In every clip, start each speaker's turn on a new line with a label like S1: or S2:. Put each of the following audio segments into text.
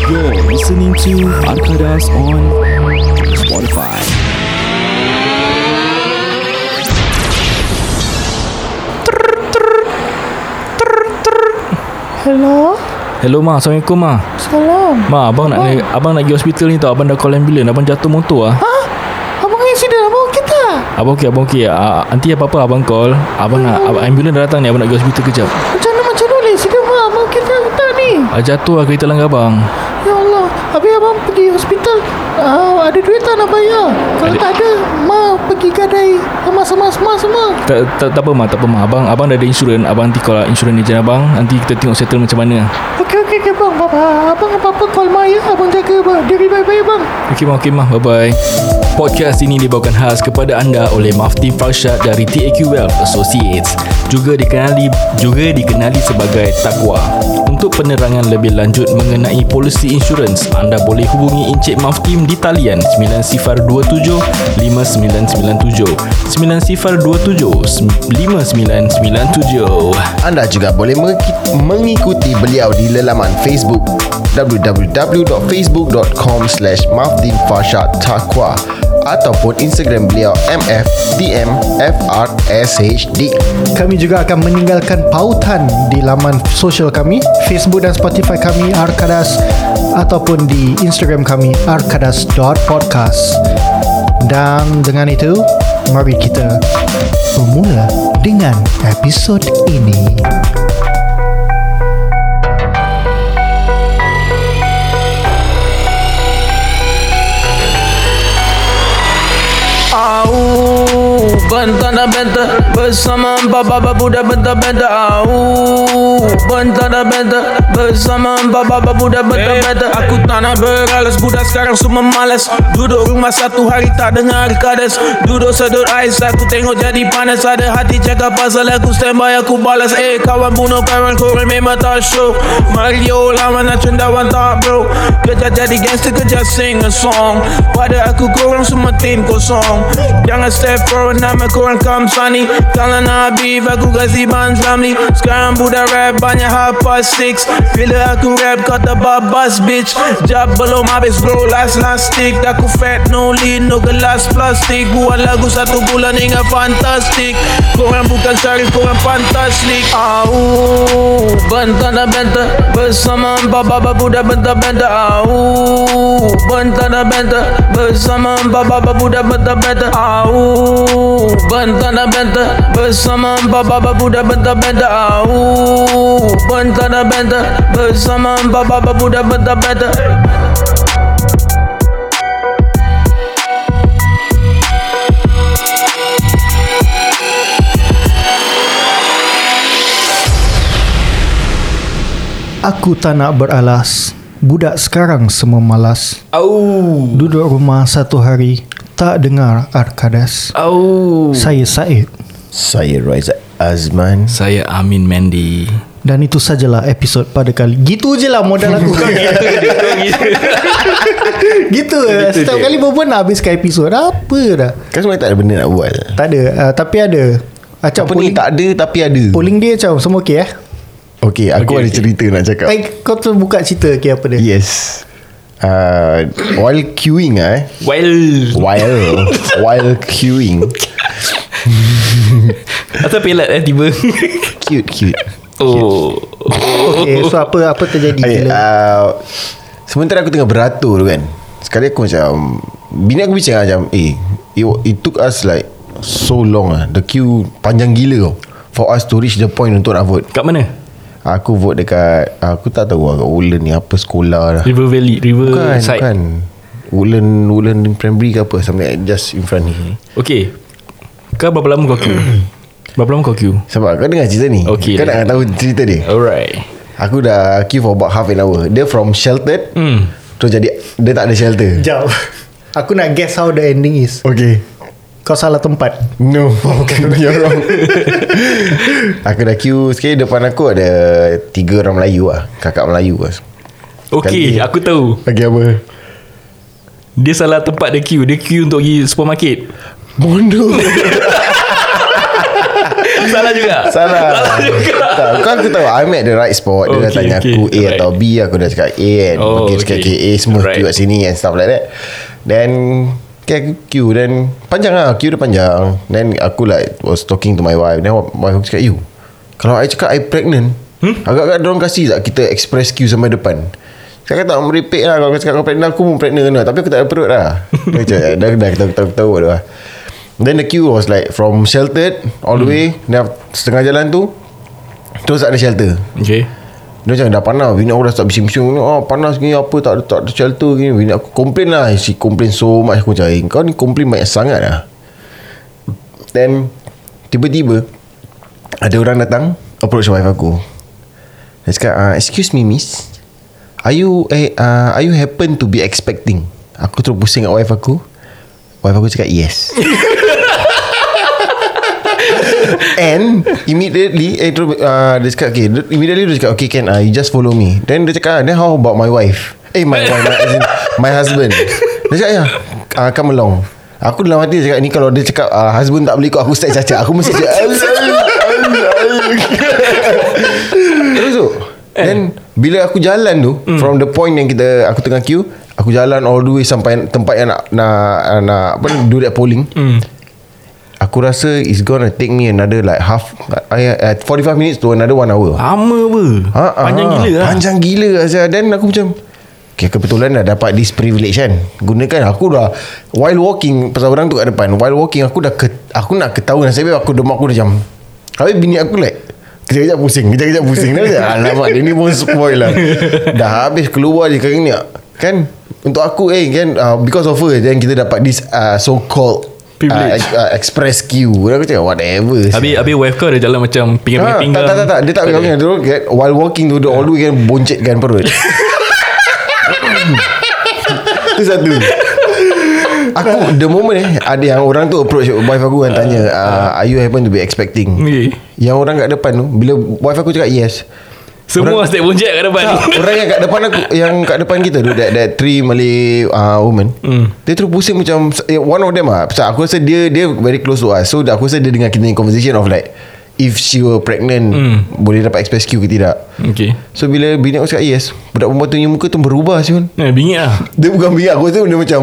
S1: You're listening to Arkadas on Spotify.
S2: Hello?
S3: Hello Ma, Assalamualaikum Ma
S2: Salam.
S3: Ma, abang nak
S2: Abang.
S3: abang nak pergi hospital ni tau Abang dah call ambulans Abang jatuh motor lah
S2: Ha? Abang ni sudah abang okey tak?
S3: Abang okey, abang okey uh, Nanti apa-apa abang call Abang nak ab- Ambulans dah datang ni Abang nak pergi hospital kejap
S2: Macam mana macam mana boleh? Sudah mak, abang okey tak, tak ni?
S3: uh, Jatuh lah kereta langgar abang
S2: Ya Allah, habis abang pergi hospital uh, ada duit tak nak bayar? Kalau
S3: Ada.
S2: tak ada, mak pergi gadai emas-emas emas semua.
S3: tak, tak, tak apa Ma, tak apa Ma Abang, abang dah ada insurans Abang nanti call lah insurans ejen abang Nanti kita tengok settle macam mana
S2: Okey okey okey bang, bang, abang apa-apa call mak ya, abang jaga bang. Diri baik-baik bang.
S3: Okey Ma, okey Ma, bye-bye Podcast ini dibawakan khas kepada anda oleh Mafti Farshad dari TAQ Wealth Associates juga dikenali juga dikenali sebagai Takwa. Untuk penerangan lebih lanjut mengenai polisi insurans, anda boleh hubungi Encik Maftim di talian 9027 5997 9027 5997.
S4: Anda juga boleh mengi- mengikuti beliau di lelaman Facebook www.facebook.com slash Takwa ataupun Instagram beliau mftmfrshd.
S5: Kami juga akan meninggalkan pautan di laman sosial kami, Facebook dan Spotify kami Arkadas ataupun di Instagram kami arkadas.podcast. Dan dengan itu, mari kita bermula dengan episod ini.
S6: Au Bentana benta bersama empat baba budak benta benta Au Bentana benta bersama empat baba budak benta benta Eh, Aku tak nak beralas budak sekarang semua malas Duduk rumah satu hari tak dengar kades Duduk sedut ais aku tengok jadi panas Ada hati cakap pasal aku standby aku balas Eh kawan bunuh kawan korang memang tak show Mario lawan nak cendawan tak bro Kerja jadi gangster kerja sing a song Pada aku korang semua tim kosong Jangan step forward nama korang kamsani Kalau nak habib aku kasih ban family Sekarang budak rap banyak half past six Bila aku rap kau tak babas bitch Jab belum habis bro last last stick Aku fat no lean no gelas plastik Buat lagu satu bulan hingga fantastik Korang bukan syarif korang fantastik Au Bentana benta bersama empat baba budak benta benta Au Bentana benta bersama empat baba budak benta benta Au Bentana benta bersama empat baba budak benta benta Au Bentana benta bersama empat baba budak benta benta
S5: Aku tak nak beralas. Budak sekarang semua malas.
S3: Au!
S5: Duduk rumah satu hari, tak dengar Arkadas.
S3: Au!
S5: Saya Said.
S4: Saya Raizat Azman.
S3: Saya Amin Mandy.
S5: Dan itu sajalah episod pada kali. Gitu je lah modal aku. gitu. Setiap kali berbual nak habiskan episod. Apa dah?
S4: Kan sebenarnya tak ada benda nak buat.
S5: Tak ada. Uh, tapi ada. Acap
S4: Apa ni
S5: polling,
S4: tak ada tapi ada.
S5: polling dia macam semua okey eh.
S4: Okey, aku okay, ada okay. cerita nak cakap.
S5: Eh, kau tu buka cerita okey apa
S4: Ya.
S5: dia.
S4: Yes. Uh, while queuing ah, eh.
S3: Well,
S4: While while queuing.
S3: Asal pelat eh tiba
S4: Cute cute.
S3: Oh
S5: Okey, so apa apa terjadi
S4: Okay,
S5: bila
S4: uh, sementara aku tengah beratur tu kan. Sekali aku macam bini aku bincang macam eh it, it took us like so long ah. The queue panjang gila tau. For us to reach the point untuk nak vote.
S3: Kat mana?
S4: Aku vote dekat aku tak tahu lah kat Woodland ni apa sekolah lah.
S3: River Valley River
S4: Bukan,
S3: side
S4: bukan. Woodland Woodland Primary ke apa something like just in front ni.
S3: Okay Kau berapa lama kau queue? berapa lama kau queue?
S4: Sebab kau dengar cerita ni
S3: Okey,
S4: Kau
S3: dah.
S4: nak tahu cerita dia
S3: Alright
S4: Aku dah queue for about half an hour Dia from sheltered
S3: Hmm
S4: Terus jadi Dia tak ada shelter
S5: Jauh. Aku nak guess how the ending is.
S4: Okay
S5: Kau salah tempat.
S4: No Bukan You're wrong Oh, Aku dah queue Sekali depan aku ada Tiga orang Melayu lah Kakak Melayu lah
S3: Okay
S4: Kali-
S3: aku tahu
S4: Lagi apa
S3: Dia salah tempat dia queue Dia queue untuk pergi supermarket
S4: Bondo
S3: Salah juga
S4: Salah
S3: Salah juga
S4: tak, Kau aku tahu I'm at the right spot Dia dah
S3: Okay,
S4: tanya
S3: okay.
S4: aku A
S3: Alright.
S4: atau B Aku dah cakap A And
S3: Oh,
S4: oh, okay.
S3: okay.
S4: cakap okay, A Semua
S3: Alright.
S4: Q kat sini And stuff like that Then Okay aku Q Then Panjang lah Q dia panjang Then aku like Was talking to my wife Then my wife aku cakap You Kalau I cakap I pregnant hmm? Agak-agak dorang kasih tak Kita express Q sampai depan Sekarang tak merepek lah Kalau kau cakap kau pregnant Aku pun pregnant lah Tapi aku tak ada perut lah Dia cakap, Dah dah ketawa-ketawa lah Then the queue was like From sheltered All the way Dah setengah jalan tu Terus tak ada shelter
S3: Okay
S4: Dia macam dah panas Bini aku dah start bising-bising ni, ah, Panas gini apa Tak ada, tak ada shelter gini Bini aku complain lah She complain so much Aku cakap "Eh, Kau ni complain banyak sangat lah Then Tiba-tiba Ada orang datang Approach wife aku Dia cakap ah, Excuse me miss Are you eh, uh, Are you happen to be expecting Aku terus pusing kat wife aku Wife aku cakap yes And immediately eh, terus, uh, Dia cakap okay, dia- Immediately dia cakap Okay can uh, You just follow me Then dia cakap ah, Then how about my wife Eh my wife my, as in, my husband Dia cakap ya uh, Come along Aku dalam hati dia cakap Ni kalau dia cakap uh, Husband tak boleh ikut Aku step cacat Aku mesti cakap "Al- al- al- al." Terus tu Eh, Then Bila aku jalan tu mm. From the point yang kita Aku tengah queue Aku jalan all the way Sampai tempat yang nak Nak, nak apa, ni, Do that polling mm. Aku rasa it's gonna take me another like half I, I, 45 minutes to another one hour.
S3: Lama apa
S4: Ha,
S3: Panjang
S4: ha,
S3: gila lah
S4: Panjang gila Azhar Then aku macam Okay kebetulan dah dapat this privilege kan Gunakan aku dah While walking Pasal orang tu kat depan While walking aku dah ke, Aku nak ketawa Nasib baik aku demak aku dah macam Habis bini aku like Kejap-kejap pusing Kejap-kejap pusing Dia macam, Alamak dia ni pun spoil lah Dah habis keluar je kali ni Kan Untuk aku eh kan uh, Because of her Then kita dapat this uh, So called
S3: Privilege.
S4: uh, uh, Express queue Aku cakap whatever sia.
S3: Habis, habis wife kau ada jalan macam
S4: Ah,
S3: pinggang-pinggang
S4: tak, tak, tak, tak. Dia tak pegang pinggang Dia kan, While walking tu Dia all the way kan Boncetkan perut Itu satu Aku The moment eh Ada yang orang tu Approach wife aku kan Tanya uh, Are you happen to be expecting
S3: Okay.
S4: Yang orang kat depan tu Bila wife aku cakap yes
S3: Semua
S4: Orang-
S3: step bonjek kat depan
S4: Orang yang kat depan aku Yang kat depan kita tu That, that three Malay uh, woman Dia terus pusing macam eh, One of them lah Pasal Aku rasa dia Dia very close to us So aku rasa dia dengar Kita punya conversation of like If she were pregnant Boleh dapat express queue ke tidak
S3: Okay
S4: So bila bini aku cakap yes Budak perempuan tu punya muka tu berubah Siun
S3: Eh, bingit lah
S4: Dia bukan bini aku rasa dia macam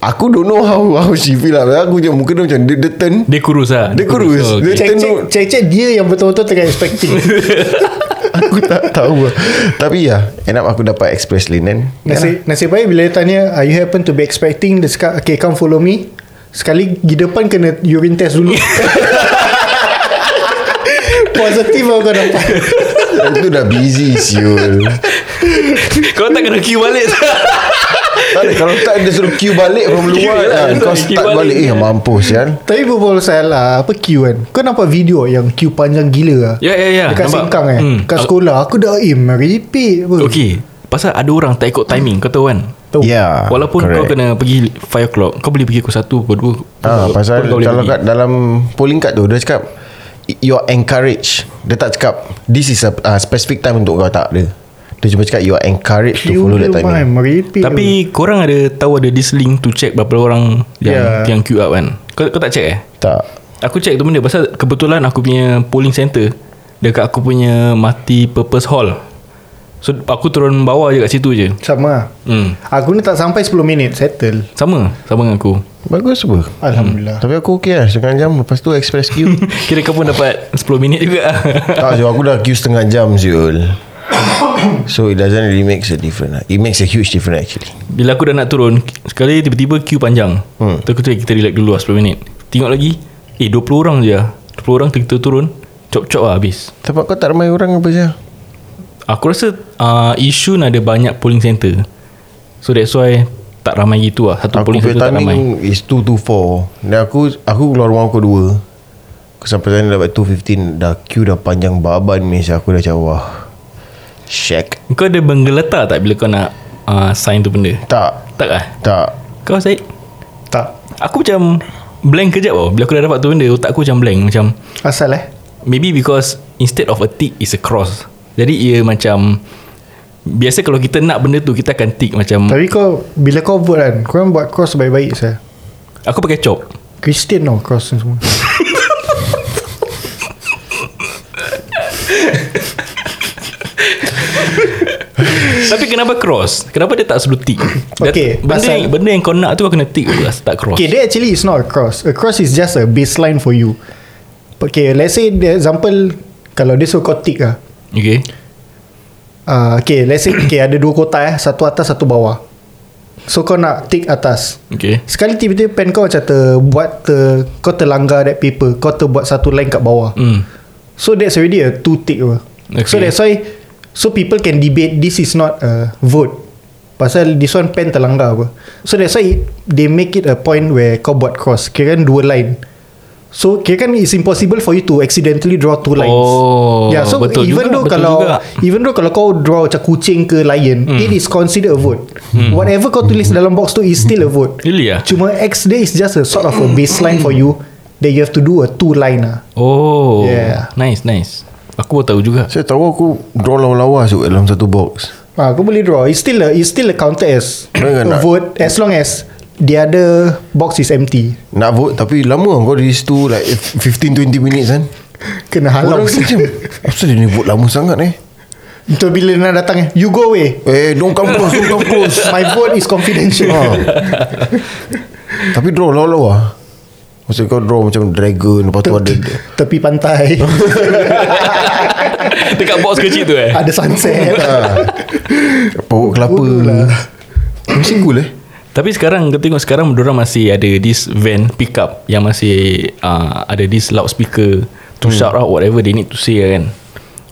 S4: Aku don't know how, how she feel lah Aku je muka dia macam Dia, dia turn
S3: Dia kurus lah
S4: Dia kurus
S3: Oh,
S4: Dia
S3: okay.
S4: turn
S5: Cek-cek Cek-cek dia yang betul-betul tengah expecting
S4: Aku tak tahu lah. Tapi ya End up aku dapat express lane kan
S5: Nasib, nasib baik bila dia tanya Are you happen to be expecting Dia cakap Okay come follow me Sekali di depan kena urine test dulu Positif lah kau dapat
S4: Itu dah busy siul
S3: Kau tak kena queue balik
S4: Tak ada, Kalau tak dia suruh queue balik From luar
S3: Queue lah,
S4: lah. Kau
S3: queue
S4: start
S3: balik.
S4: balik Eh mampus kan
S5: Tapi berbual salah Apa queue kan Kau nampak video yang queue panjang gila lah
S3: Ya ya ya
S5: Dekat
S3: nampak?
S5: Sengkang eh
S3: Hmm.
S5: Kat sekolah Aku dah aim Repeat pun
S3: Okay Pasal ada orang tak ikut timing Kau tahu kan
S5: Tahu.
S4: Ya
S3: Walaupun kau
S4: correct.
S3: kena pergi 5 o'clock Kau boleh pergi pukul 1 Pukul 2
S4: Ah, pasal kalau kat dalam polling card tu dia cakap you are encouraged. Dia tak cakap this is a uh, specific time untuk kau tak ada. Dia cuma cakap you are encouraged to
S5: Queue
S4: follow
S5: dia
S4: that timing.
S5: main, Repeat pun.
S3: Tapi korang ada tahu ada this link to check berapa orang yang
S5: Ya.
S3: yang queue up kan? Kau, kau tak check eh?
S4: Tak.
S3: Aku check tu benda pasal kebetulan aku punya polling center dekat aku punya multi purpose hall. So aku turun bawah je kat situ je.
S5: Sama lah.
S3: Hmm.
S5: Aku ni tak sampai 10 minit Settle
S3: Sama, sama dengan aku.
S4: Bagus apa?
S5: Alhamdulillah
S3: Hmm.
S4: Tapi aku okey lah Setengah jam Lepas tu express queue
S3: Kira kau pun dapat 10 minit juga.
S4: Tak Zul Aku dah queue setengah jam Zul So it doesn't really makes a difference lah. It makes a huge difference actually
S3: Bila aku dah nak turun, sekali tiba-tiba queue panjang. Hmm. Terus aku cakap, kita relax dulu lah 10 minit. Tengok lagi, eh 20 orang je lah. 20 orang kita turun, chop-chop lah habis.
S4: Sebab kau tak ramai orang apa je
S3: Aku rasa uh, Yishun ada banyak polling center So that's why Tak ramai gitu lah Satu
S4: Aku
S3: polling
S4: punya
S3: center tak ramai
S4: timing is 2 to 4 Dan aku Aku keluar rumah aku 2 Aku sampai sana dah about 2.15 Dah queue dah panjang baban ni Aku dah macam wah Shack
S3: Kau ada menggeletar tak Bila kau nak uh, Sign tu benda
S4: Tak
S3: Tak lah
S4: Tak
S3: Kau Syed
S5: Tak
S3: Aku macam Blank kejap tau Bila aku dah dapat tu benda Otak aku macam blank Macam
S5: Asal eh
S3: Maybe because Instead of a tick Is a cross Jadi ia macam Biasa kalau kita nak benda tu Kita akan tick macam
S5: Tapi kau Bila kau vote kan Korang buat cross baik-baik saya
S3: Aku pakai chop
S5: Christian tau Cross ni semua
S3: Tapi kenapa cross? Kenapa dia tak sebelum tick?
S5: Okay,
S3: benda,
S5: pasal-
S3: yang, benda yang kau nak tu kau kena tick dulu lah, tak cross.
S5: Okay, that actually is not a cross. A cross is just a baseline for you. Okay, let's say the example kalau dia suruh kau tick lah.
S3: okay.
S5: Uh, okay, let's say okay, ada dua kotak eh. Satu atas, satu bawah. So kau nak tick atas.
S3: Okay.
S5: Sekali tiba-tiba pen kau macam terbuat ter, kau terlanggar that paper. Kau terbuat satu line kat bawah.
S3: Hmm.
S5: So that's already a two tick apa.
S3: Okay.
S5: So that's why so people can debate this is not a vote. Pasal this one pen terlanggar apa. So that's why it, they make it a point where kau buat cross. Kira kan dua line. So kira kan it's impossible for you to accidentally draw two lines.
S3: Oh,
S5: yeah, so
S3: betul juga,
S5: even though
S3: betul
S5: kalau
S3: juga. Hmm.
S5: even though kalau kau draw macam kucing ke lion, it is considered a vote. Whatever kau tulis dalam box tu is still a vote.
S3: Really ah?
S5: Cuma X day is just a sort of a baseline for you that you have to do a two line lah.
S3: Oh.
S5: Yeah.
S3: Nice, nice. Aku baru tahu juga.
S4: Saya tahu aku draw lawa-lawa masuk dalam satu box.
S5: Ah, kau boleh draw. It's still a, it's still a counted as
S4: Boleh
S5: a
S4: tak?
S5: vote as long as the other box is empty.
S4: Nak vote tapi lama lah kau di situ like 15-20 minutes kan.
S5: Kena halau.
S4: Orang tu macam Apa dia ni vote lama sangat eh
S5: Untuk bila nak datang eh, you go away.
S4: Eh don't come close Don't come close
S5: My vote is confidential.
S4: ha. Tapi draw lawa-lawa Maksud kau draw macam dragon Lepas tu ada
S5: Tepi pantai
S3: Dekat box kecil tu eh.
S5: Ada sunset
S4: Ah. Pokok kelapa
S5: Bodoh lah.
S4: Mesti cool eh
S3: Tapi sekarang kita tengok sekarang orang masih ada this van pickup yang masih uh, ada this loudspeaker to hmm. shout out whatever they need to say kan.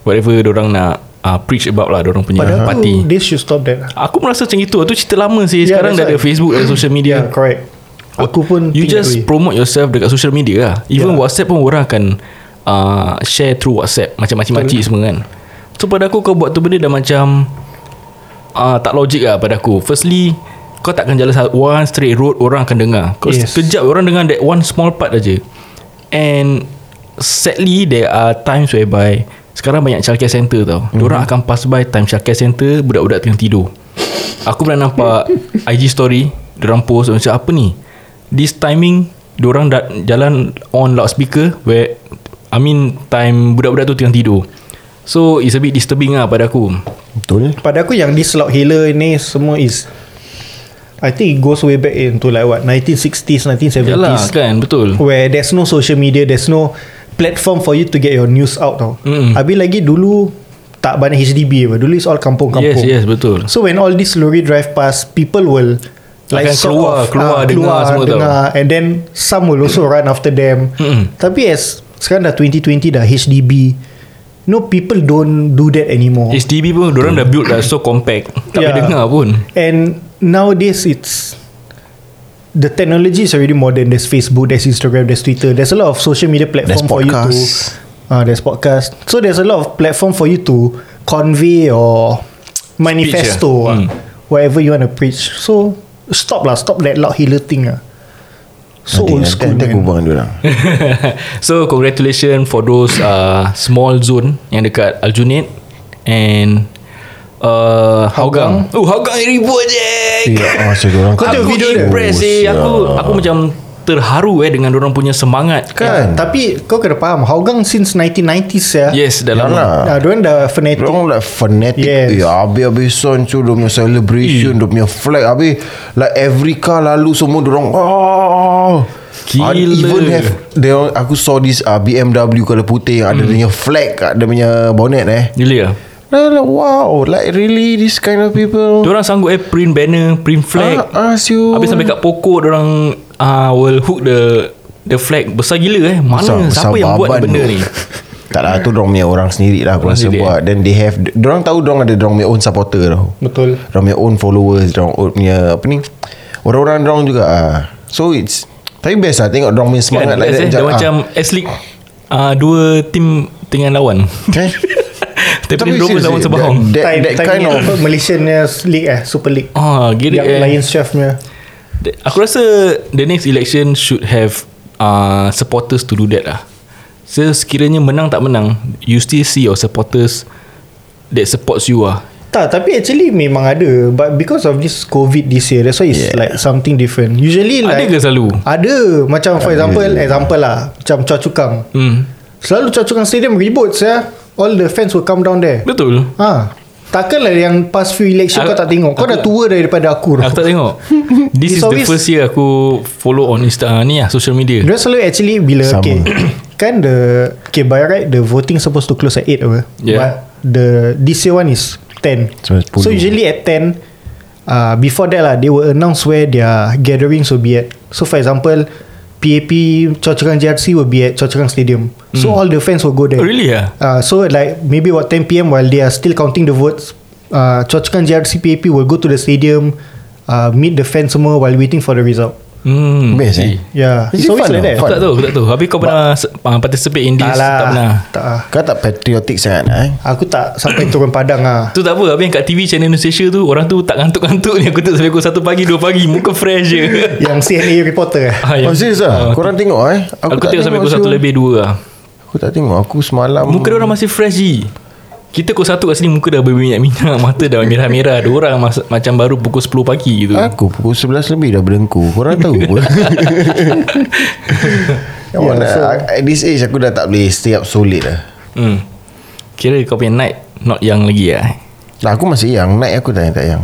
S3: Whatever orang nak uh, preach about lah orang punya
S5: Padahal
S3: parti.
S5: aku They should stop that lah.
S3: Aku merasa macam itu Itu cerita lama sih
S5: Yeah,
S3: Sekarang dah
S5: that's
S3: ada
S5: right.
S3: Facebook Ada social media
S5: Yeah, correct Aku pun
S3: You
S5: think that
S3: just
S5: way.
S3: promote yourself Dekat social media lah Even
S5: Yeah.
S3: WhatsApp pun orang akan uh, Share through WhatsApp Macam macam-macam semua kan So pada aku kau buat tu benda dah macam uh, Tak logik lah pada aku Firstly Kau takkan jalan sa- one straight road Orang akan dengar Kau yes.
S5: Yes.
S3: kejap orang dengar That one small part aja And Sadly There are times whereby Sekarang banyak childcare center tau mm-hmm. Diorang akan pass by Time childcare center Budak-budak tengah tidur Aku pernah nampak IG story Diorang post Macam apa ni This timing Diorang dah jalan On loudspeaker Where I mean Time budak-budak tu tengah tidur So it's a bit disturbing lah pada aku
S4: Betul eh?
S5: Pada aku yang this loud healer ni Semua is I think it goes way back into like what 1960s, 1970s
S3: Yalah kan betul
S5: where there's no social media, there's no platform for you to get your news out tau. Mm. Habis lagi dulu tak banyak HDB apa. Dulu is all kampung-kampung.
S3: Yes yes betul
S5: So when all this lorry drive past, people will
S3: Akan keluar, keluar,
S5: ah,
S3: dengar semua tau.
S5: dengar, and then some will also run after them.
S3: Mm-mm.
S5: Tapi as sekarang dah 2020 dah HDB, no people don't do that anymore.
S3: HDB pun orang dah build dah so compact Tak boleh
S5: Yeah.
S3: dengar pun
S5: And nowadays it's the technology is already modern. There's Facebook, there's Instagram, there's Twitter. There's a lot of social media platform for you to.
S4: podcast.
S5: Uh, there's podcast. So there's a lot of platform for you to convey or manifesto,
S3: yeah.
S5: ah,
S4: Hmm.
S3: Mm.
S5: whatever you want to preach. So stop lah, stop that loud healer thing ah. So old school.
S4: Nanti aku
S5: man.
S4: hubung dia orang
S3: Eh, So congratulations for those uh, small zone yang dekat Aljunied and uh, Hougang. Oh Hougang yang ribut je.
S4: Ya Allah Saya orang
S5: Kau tengok video dia?
S3: impress eh.
S4: Oh,
S3: Aku
S4: sial.
S3: aku macam terharu eh dengan orang punya semangat.
S5: Kan? Tapi kau kena faham Hougang since 1990s ya.
S3: Yes, dah lama.
S4: Yalah
S5: Nah, diorang Ah, dah fanatic.
S4: Orang like fanatic
S5: Yes.
S4: yes. Ya habis-habisan tu Dia punya celebration Dia punya flag Habis Like every car lalu Semua dorong oh.
S3: Gila.
S4: I even have they, all- Aku saw this uh, BMW Kalau putih Ada dia punya flag kat Dia punya bonnet eh
S3: Gila.
S4: Then like, Wow Like really This kind of people
S3: Diorang sanggup eh print banner, print flag.
S4: Ah, ah, siul.
S3: Habis sampai kat pokok diorang uh, will hook the the flag besar gila eh. Mana
S4: Besar-
S3: siapa
S4: besar
S3: yang buat
S4: baban
S3: benda
S4: tu.
S3: ni?
S4: Tak lah tu dorong punya orang sendiri lah Aku
S3: Orang
S4: rasa
S3: sendiri, eh?
S4: buat Then they have Diorang tahu dorong ada Dorong punya own supporter tau
S5: Betul.
S4: Diorang punya own followers Diorang own punya Apa ni Orang-orang diorang juga ah. So it's Tapi best lah Tengok diorang punya
S3: Kan,
S4: semangat
S3: like eh, dah
S4: ah.
S3: macam S-League uh, dua tim tengah lawan.
S4: Okay.
S3: Tapi dua
S4: serious,
S3: lawan
S4: that-
S3: Sebahong.
S4: That,
S5: Time,
S4: that
S5: time
S4: kind
S5: ni
S4: of
S5: apa, Malaysian punya league eh Super League
S3: Ah, gila
S5: Yang
S3: eh.
S5: Lions Chef punya
S3: Aku rasa the next election should have uh, supporters to do that lah. So sekiranya menang tak menang, you still see your supporters that supports you ah.
S5: Tak tapi actually memang ada But because of this COVID this year That's why it's yeah.
S4: Yeah.
S5: like something different Usually
S3: Ada
S5: like
S3: ke selalu?
S5: Ada Macam for example Example lah Macam Choa Chu Kang
S3: Hmm.
S5: Selalu Choa Chu Kang Stadium ribut saya All the fans will come down there
S3: Betul.
S5: Ha Takkanlah yang past few election
S3: Aku-
S5: kau tak tengok. Kau
S3: aku-
S5: dah tua daripada aku.
S3: Aku tak tengok This is
S5: It's
S3: the
S5: always-
S3: first year Aku follow on Insta Ni lah social media
S5: Dia selalu actually bila
S4: Sama.
S5: okay, kan the okay by right the voting supposed to close at 8 apa.
S3: Yeah.
S5: But the this year one is 10.
S4: So, 10.
S5: So usually at 10 uh, before that lah they will announce where their gatherings will be at. So for example PAP Choa JRC will be at Choa Stadium.
S4: Hmm.
S5: So all the fans will go there.
S3: Oh, really ah?
S5: Uh, so like maybe what 10 p.m. while they are still counting the votes, uh, Chochkan JRCPAP will go to the stadium, uh, meet the fans semua while waiting for the result.
S3: Hmm
S4: Best eh
S5: Yeah,
S4: Is it fun or
S3: Aku
S4: fun?
S3: tak tahu Aku tak tahu Habis kau pernah se- uh, Participate in this
S5: Tak lah,
S3: Tak pernah
S5: tak lah.
S4: Kau tak patriotik sangat eh?
S5: Aku tak sampai turun padang ah.
S3: Tu tak apa Habis yang kat TV channel Indonesia tu Orang tu tak ngantuk-ngantuk ni Aku tak sampai pukul 1 pagi 2 pagi Muka fresh je
S5: Yang CNA reporter eh.
S3: Ah, yang-
S4: Oh serius
S3: Ah,
S4: lah Korang tengok Oh. eh
S3: Aku, aku tengok sampai pukul 1
S4: siul.
S3: lebih 2 lah
S4: Aku tak tengok Aku semalam
S3: Muka dia orang masih fresh je Kita pukul 1 kat sini Muka dah berminyak-minyak Mata dah merah-merah Ada orang mas- macam baru pukul 10 pagi gitu
S4: Aku pukul 11 lebih dah berdengkur Korang tahu pun Come on,
S5: Yeah, so-
S4: lah. At this age aku dah tak boleh Stay up so late lah
S3: hmm. Kira kau punya night Not young lagi lah
S4: Nah, aku masih yang Naik aku tak yang tak yang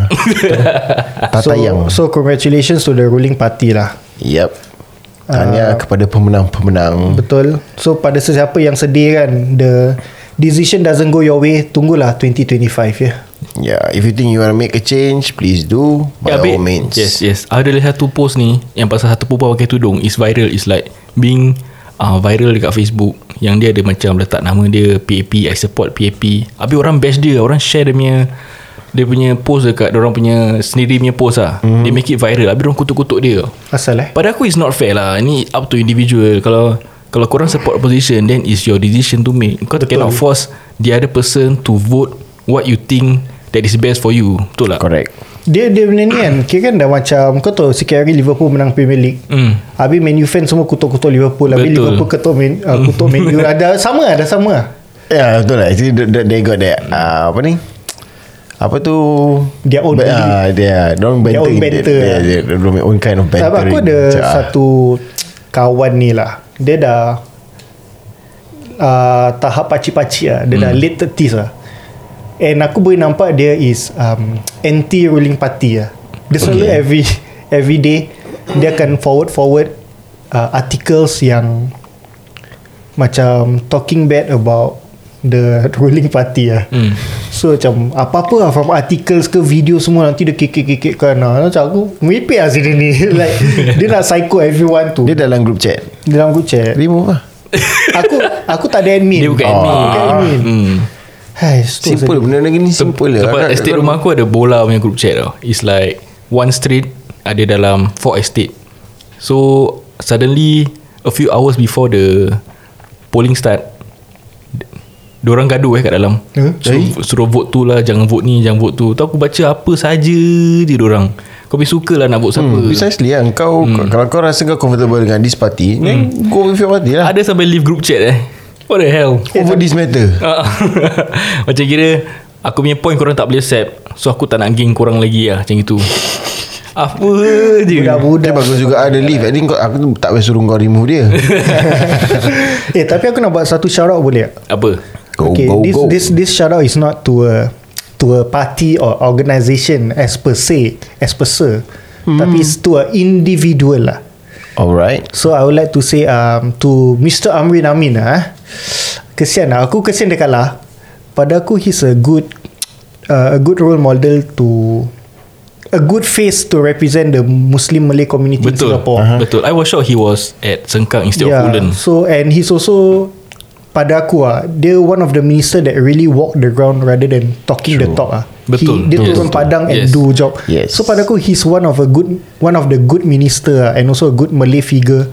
S4: Tak
S5: So,
S4: tak yang
S5: so congratulations to the ruling party lah.
S4: Yep Tanya kepada pemenang-pemenang
S5: Betul. So pada sesiapa yang sedih kan, the decision doesn't go your way, tunggulah 2025 ya. Yeah.
S4: Yeah If you think you want to make a change Please do By
S3: Ya,
S4: all
S3: babe.
S4: means
S3: Yes yes Ada lagi satu post ni Yang pasal satu perempuan pakai tudung Is viral Is like Being uh, viral dekat Facebook Yang dia ada macam Letak nama dia PAP I support PAP Habis orang bash dia Orang share dia punya Dia punya post dekat Orang punya Sendiri punya post lah mm.
S4: Hmm.
S3: Dia make it viral Habis orang kutuk-kutuk dia
S5: Asal eh.
S3: Pada aku it's not fair lah Ini up to individual Kalau Kalau korang support opposition Then it's your decision to make Kau Betul. cannot force The other person to vote What you think That is best for you Betul tak?
S4: Correct
S5: Dia dia benda ni kan Kira kan dah macam Kau tahu sikit hari Liverpool menang Premier League
S3: Hmm.
S5: Habis Man U fan semua kutuk-kutuk Liverpool Habis
S3: Betul.
S5: Liverpool ketuk Man, uh, kutuk Man U Ada sama lah Dah sama lah
S4: Ya yeah, betul lah Actually they- they, they got that uh, Apa ni Apa tu
S5: Their own
S4: Ba- ah, Dia Diorang
S5: Their
S4: banter
S5: own banter
S4: Dia
S5: lah.
S4: yeah, Diorang make own kind of banter ah.
S5: Tapi aku ada Satu Kawan ni lah Dia dah uh, Tahap pacik-pacik lah Dia dah late 30s lah And aku boleh nampak Dia is um, Anti-ruling party lah Dia selalu
S4: Okay.
S5: every Every day Dia akan forward-forward uh, Articles yang macam talking bad about the ruling party lah.
S3: Hmm.
S5: Mm. So macam apa-apa lah from articles ke video semua nanti dia kikik-kikik kan lah. Macam aku meripik lah sini ni. like dia nak psycho everyone tu.
S4: Dia
S5: Dia
S4: dalam group chat
S5: dalam group chat.
S4: Remove lah
S5: aku aku tak ada admin.
S3: Dia bukan admin.
S5: Aku bukan admin.
S3: Hmm.
S5: Hai, setiap
S4: Simple
S5: hari.
S4: benda lagi ni Simple lah
S3: Tempat
S4: Nak-
S3: estate
S4: nak-
S3: rumah aku ada bola punya group chat tau. It's like one street ada dalam four estate. So suddenly a few hours before the polling start Diorang gaduh eh kat dalam
S5: Eh?
S3: suruh, suruh vote tu lah Jangan vote ni Jangan vote tu Tu aku baca apa saja je diorang Kau pergi suka lah nak vote siapa
S4: Hmm, Precisely lah Kau
S3: Hmm.
S4: Kalau kau rasa kau comfortable Dengan this party Then go with your party lah
S3: Ada sampai leave group chat eh What the hell
S4: Over this matter
S3: Ah, Macam kira Aku punya point korang tak boleh accept So aku tak nak geng korang lagi lah Macam itu Apa je
S4: Budak Hmm. bagus juga Ada leave I think kau, Aku tu tak boleh suruh kau remove dia
S5: Eh tapi aku nak buat satu shout out boleh tak?
S3: Apa
S4: Go
S5: okay,
S4: go
S5: this,
S4: go
S5: This this shout out is not to a to a party or organisation as per se, as per se,
S3: Hmm.
S5: tapi it's to a individual lah.
S4: Alright
S5: So I would like to say um, to Mr. Amrin Amin lah, eh. Kesian lah. Aku kesian dia kalah. Pada aku he's a good uh, a good role model to a good face to represent the Muslim Malay community in
S3: Betul
S5: Singapore.
S3: uh-huh. Betul I was sure he was At Sengkang Instead yeah. of Woodland
S5: So and he's also pada aku ah dia one of the minister that really walk the ground rather than talking True. the talk ah.
S3: Betul.
S5: He, dia
S3: Betul.
S5: turun
S3: Betul.
S5: padang
S3: Yes.
S5: and do job.
S4: Yes.
S5: So pada aku he's one of a good one of the good minister ah, and also a good Malay figure.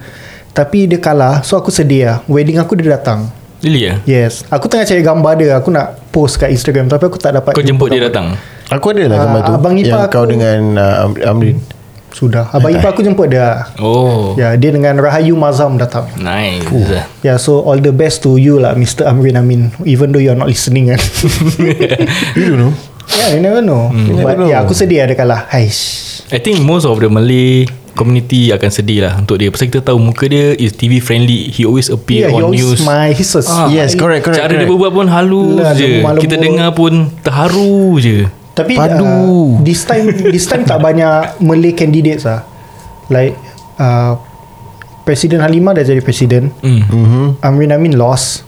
S5: Tapi dia kalah so aku sedih ah. Wedding aku dia datang.
S3: Really ya
S5: Yes. Aku tengah cari gambar dia. Aku nak post kat Instagram tapi aku tak dapat.
S3: Kau
S5: jumpa
S3: jemput dia
S5: gambar.
S3: datang
S4: Aku ada lah
S5: Ah,
S4: gambar tu
S5: abang ipar
S4: Yang kau
S5: aku-
S4: dengan uh, Am- Amrin
S5: Sudah. Abang Ipah aku jemput dia. ah.
S3: Oh yeah.
S5: Ya, dia dengan Rahayu Mazam datang.
S3: Nice
S5: Yeah, so all the best to you lah, Mr. Amrin Amin. Even though you're not listening kan.
S4: You don't know
S5: yeah, you never know. Mm. But
S4: Never know.
S5: yeah, aku sedih ada kalah. Haish.
S3: I think most of the Malay community akan sedih lah untuk dia pasal kita tahu muka dia is TV friendly he always appear
S5: Yeah,
S3: on
S5: you
S3: news
S5: always smile. He's so
S3: Ah,
S5: smart.
S4: Yes, correct, correct.
S3: cara dia
S4: correct.
S3: berbual pun halus
S5: Lah,
S3: je
S5: lembut-lembut.
S3: kita dengar pun terharu je
S5: Tapi
S4: Padu.
S5: Uh, this time this time tak banyak Malay candidates ah. Like uh, Presiden Halimah dah jadi presiden.
S3: hmm.
S5: Mm. Amrin Amin lost.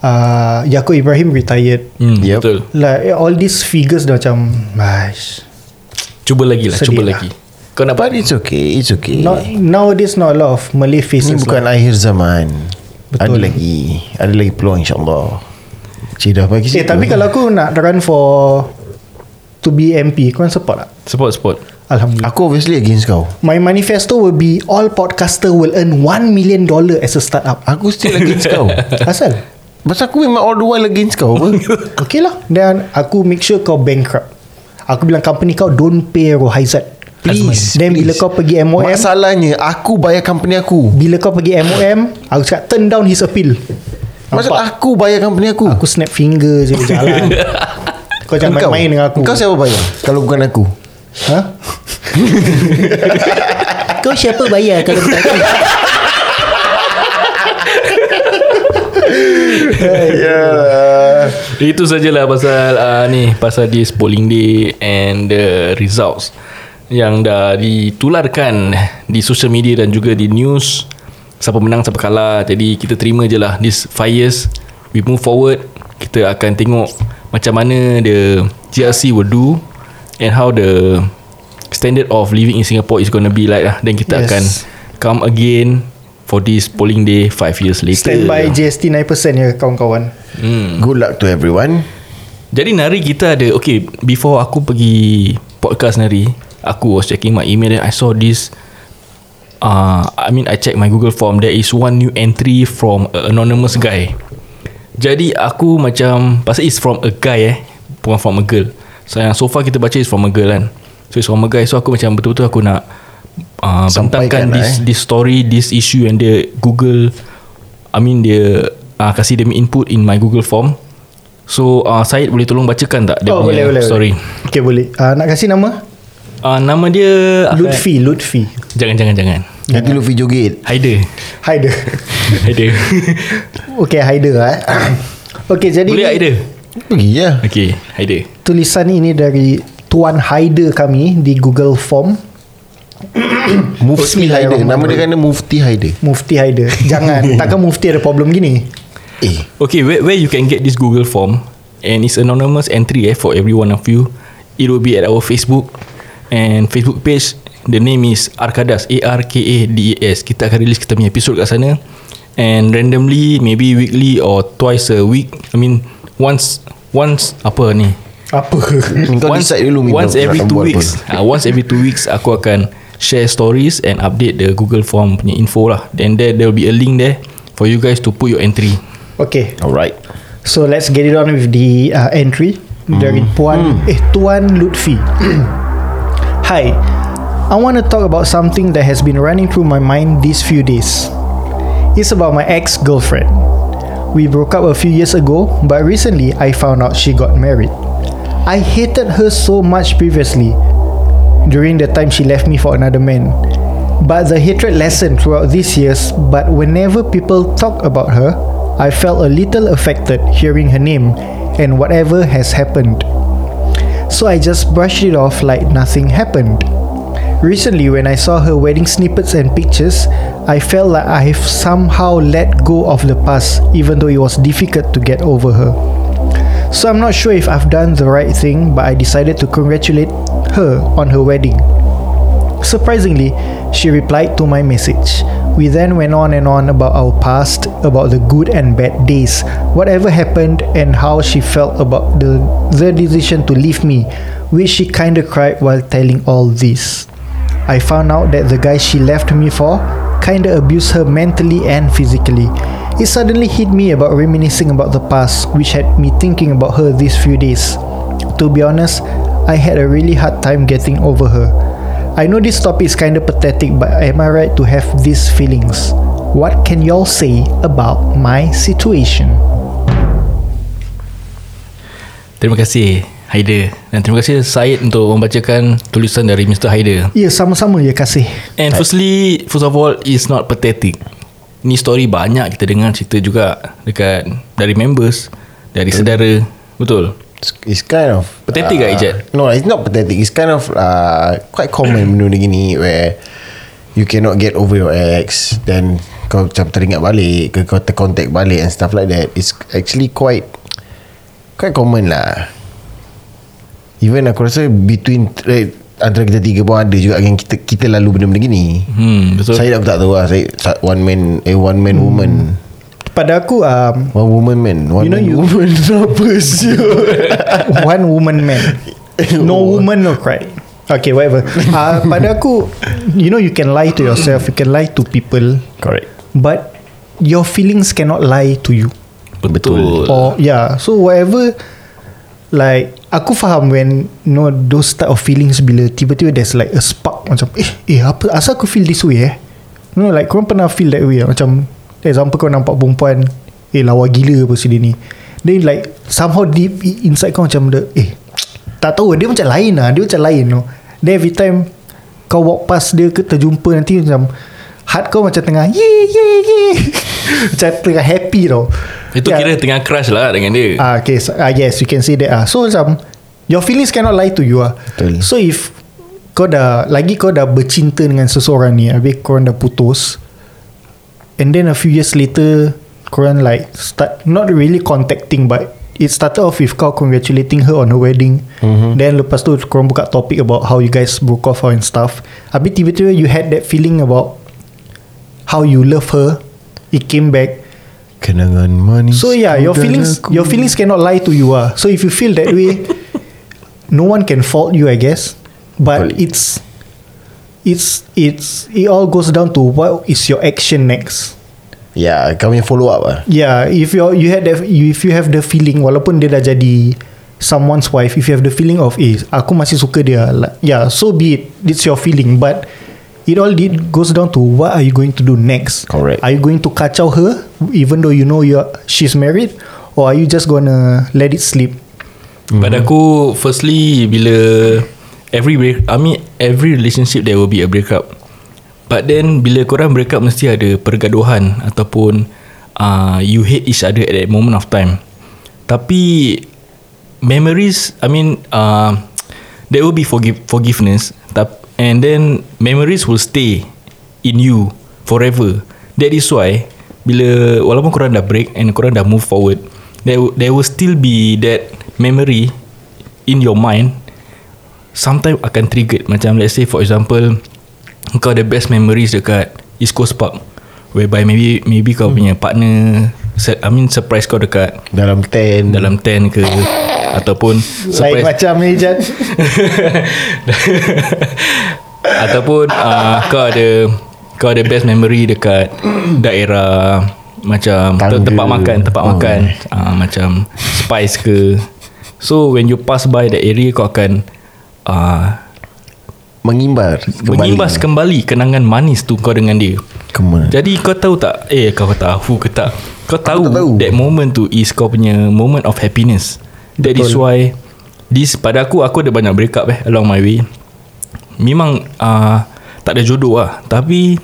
S5: Uh, Yaakob Ibrahim retired.
S3: Hmm,
S4: Yep.
S3: betul
S5: Like eh, all these figures dah macam Aish.
S3: cuba lagi lah
S5: Sedih
S3: cuba
S5: lah.
S3: lagi kau nak
S4: But it's okay It's okay
S5: Not, nowadays not a lot of Malay faces
S4: Ini bukan
S5: lah.
S4: akhir zaman
S5: Betul.
S4: Ada lagi Ada lagi peluang insyaAllah Cik dah bagi
S5: Eh
S4: situ.
S5: tapi kalau aku nak run for To be MP Kau orang support tak?
S3: support support
S5: Alhamdulillah
S4: Aku obviously against kau
S5: My manifesto will be All podcaster will earn 1 million dollar As a startup
S4: Aku still against kau
S5: Asal?
S4: Pasal aku memang all the while against kau apa
S5: Okay lah Dan aku make sure kau bankrupt Aku bilang company kau Don't pay Rohaizat
S4: Please
S5: Then
S4: please.
S5: bila kau pergi MOM
S4: Masalahnya Aku bayar company aku
S5: Bila kau pergi MOM Aku cakap turn down his appeal
S4: Masalah
S5: Nampak?
S4: aku bayar company aku
S5: Aku snap finger je berjalan Kau jangan
S4: Engkau.
S5: main-main dengan aku
S4: Kau siapa bayar Kalau bukan aku
S5: Ha? Kau siapa bayar kalau bukan aku? Eh, ya.
S3: Itu sajalah pasal uh, ni pasal this polling day and the results yang dah ditularkan di social media dan juga di news siapa menang siapa kalah jadi kita terima je lah this five years we move forward kita akan tengok macam mana the GRC will do and how the standard of living in Singapore is going to be like lah then kita yes.
S5: Yes.
S3: akan come again for this polling day five years later
S5: Stand by GST 9% ya kawan-kawan
S4: Hmm. Good luck to everyone
S3: Jadi nari kita ada Okay Before aku pergi Podcast nari Aku was checking my email And I saw this uh, I mean I check my Google form There is one new entry From a anonymous guy Jadi aku macam Pasal it's from a guy eh Bukan from a girl So yang so far kita baca Is from a girl kan So it's from a guy So aku macam betul-betul aku nak uh, Bentangkan
S4: Sampaikan lah,
S3: this,
S4: eh.
S3: this story This issue And dia Google I mean dia uh, Kasih dia punya input In my Google form So uh, Syed boleh tolong bacakan tak Dia punya story
S5: Oh, boleh. Okay boleh uh, Nak kasih nama?
S3: Uh, Nama dia
S5: Lutfi Lutfi
S3: Jangan jangan jangan
S4: Nanti Luffy joget
S3: Haider
S5: Haider
S3: Haider
S5: Okay Haider eh. Okay jadi
S3: Boleh
S5: ni
S3: Haider
S4: Pergi ya
S5: Oh,
S3: Okay Haider
S5: Tulisan ini dari Tuan Haider kami Di Google Form
S4: Mufti Haider Nama dia kan Mufti Haider
S5: Mufti Haider Jangan Takkan Mufti ada problem gini
S4: Eh
S3: Okay, where, where you can get this Google form and it's anonymous entry eh, for every one of you. It will be at our Facebook and Facebook page. The name is Arkadas, A-R-K-A-D-E-S. Kita akan release kita punya episode kat sana. And randomly, maybe weekly or twice a week. I mean, once, once apa ni?
S5: Apa
S4: Kau
S3: once,
S4: decide dulu Min,
S3: Once
S4: kau nak
S3: every two
S4: buat apa.
S3: weeks uh, Once every two weeks Aku akan Share stories And update the Google form punya info lah Then there There will be a link there For you guys to put your entry
S5: Okay
S4: Alright
S5: So let's get it on with the uh, entry dari Puan eh Tuan Lutfi. Hi. I want to talk about something that has been running through my mind these few days. It's about my ex-girlfriend. We broke up a few years ago, but recently I found out she got married. I hated her so much previously during the time she left me for another man. But the hatred lessened throughout these years, but whenever people talk about her, I felt a little affected hearing her name and whatever has happened. So I just brushed it off like nothing happened. Recently, when I saw her wedding snippets and pictures, I felt like I have somehow let go of the past, even though it was difficult to get over her. So I'm not sure if I've done the right thing, but I decided to congratulate her on her wedding. Surprisingly, she replied to my message. We then went on and on about our past, about the good and bad days, whatever happened, and how she felt about the, the decision to leave me, which she kinda cried while telling all this. I found out that the guy she left me for kinda abused her mentally and physically. It suddenly hit me about reminiscing about the past, which had me thinking about her these few days. To be honest, I had a really hard time getting over her. I know this topic is kind of pathetic, but am I right to have these feelings? What can y'all say about my situation?
S3: Terima kasih Haider Dan terima kasih Syed Untuk membacakan Tulisan dari Mr. Haider
S5: Ya sama-sama ya kasih
S3: And firstly First of all It's not pathetic Ni story banyak Kita dengar cerita juga Dekat Dari members Dari saudara Betul
S4: It's, it's kind of uh,
S3: Pathetic
S5: lah,
S3: ke, Ijat?
S4: No it's not pathetic It's kind of uh, Quite common benda gini Where You cannot get over your ex Then Kau macam teringat balik ke Kau tercontact balik And stuff like that It's actually quite Quite common lah Even aku rasa Between eh, Antara kita tiga pun ada juga yang kita kita lalu benda-benda gini.
S3: Hmm Betul
S4: So, saya aku tak tahu lah. Saya one man eh one man woman.
S5: Pada aku um,
S4: One woman man.
S5: Hmm. You
S4: One
S5: know
S4: man
S5: you-
S4: woman apa siul.
S5: One woman man No woman no cry Okay whatever uh, Pada aku You know you can lie to yourself You can lie to people
S4: Correct.
S5: But Your feelings cannot lie to you
S3: Betul
S5: Or yeah So whatever Like Aku faham when You know Those type of feelings Bila tiba-tiba there's like A spark Macam eh Eh apa Asal aku feel this way eh You know like Korang pernah feel that way eh? Macam Example kau nampak perempuan Eh lawa gila apa si dia ni Then like Somehow deep i- inside kau macam the, Eh Tak tahu Dia macam lain lah Dia macam lain you know. Then every time Kau walk past dia ke Terjumpa nanti macam Heart kau macam tengah Yeah yeah yeah Macam tengah happy Ya. tau
S3: Itu
S5: Yeah.
S3: kira tengah crush lah Dengan dia
S5: Oh. Ah, okay. So, ah, yes, you can say that. Ah, so macam your feelings cannot lie to you. Ah.
S4: Betul.
S5: So if kau dah lagi kau dah bercinta dengan seseorang ni, habis kau dah putus. And then a few years later, korang like start not really contacting but it started off with kau congratulating her on her wedding. Mm-hmm. Then lepas tu korang buka topic about how you guys broke off and stuff. Habis tiba-tiba you had that feeling about how you love her. It came back.
S4: Kenangan manis.
S5: So yeah, your feelings your feelings cannot lie to you ah. So if you feel that way, no one can fault you, I guess. But
S4: Betul.
S5: it's it's it's it all goes down to what is your action next.
S4: Ya, yeah, kau punya follow up lah.
S5: Yeah, if you you had that you, if you have the feeling walaupun dia dah jadi someone's wife, if you have the feeling of eh aku masih suka dia, like, yeah, so be it. It's your feeling, but it all did goes down to what are you going to do next?
S4: Correct.
S5: Are you going to kacau her even though you know you she's married or are you just gonna let it sleep?
S3: Pada aku Firstly Bila Every break I mean Every relationship There will be a breakup But then Bila korang break up Mesti ada pergaduhan Ataupun uh, You hate each other At that moment of time Tapi Memories I mean uh, There will be forgive, forgiveness tap, And then Memories will stay In you Forever That is why Bila Walaupun korang dah break And korang dah move forward There, will- there will still be That memory In your mind sometimes akan triggered macam let's say for example kau ada best memories dekat East Coast Park whereby maybe maybe kau punya partner se- I mean surprise kau dekat
S4: Dalam ten.
S3: dalam tent ke ataupun
S5: Like
S3: surprise
S5: macam ni Jan.
S3: ataupun uh, kau ada kau ada best memory dekat daerah macam te-
S4: Tangga.
S3: tempat makan tempat
S4: Oh.
S3: makan uh, macam spice ke so when you pass by that area kau akan uh,
S4: Mengimbar.
S3: mengimbas kembali kenangan manis tu kau dengan dia
S4: Kembali.
S3: Jadi kau tahu tak Eh kau tahu ke tak Kau tahu,
S4: tak tahu.
S3: tahu That moment tu Is kau punya Moment of happiness That Betul. is why This pada aku Aku ada banyak break up eh Along my way Memang uh, Tak ada jodoh lah Tapi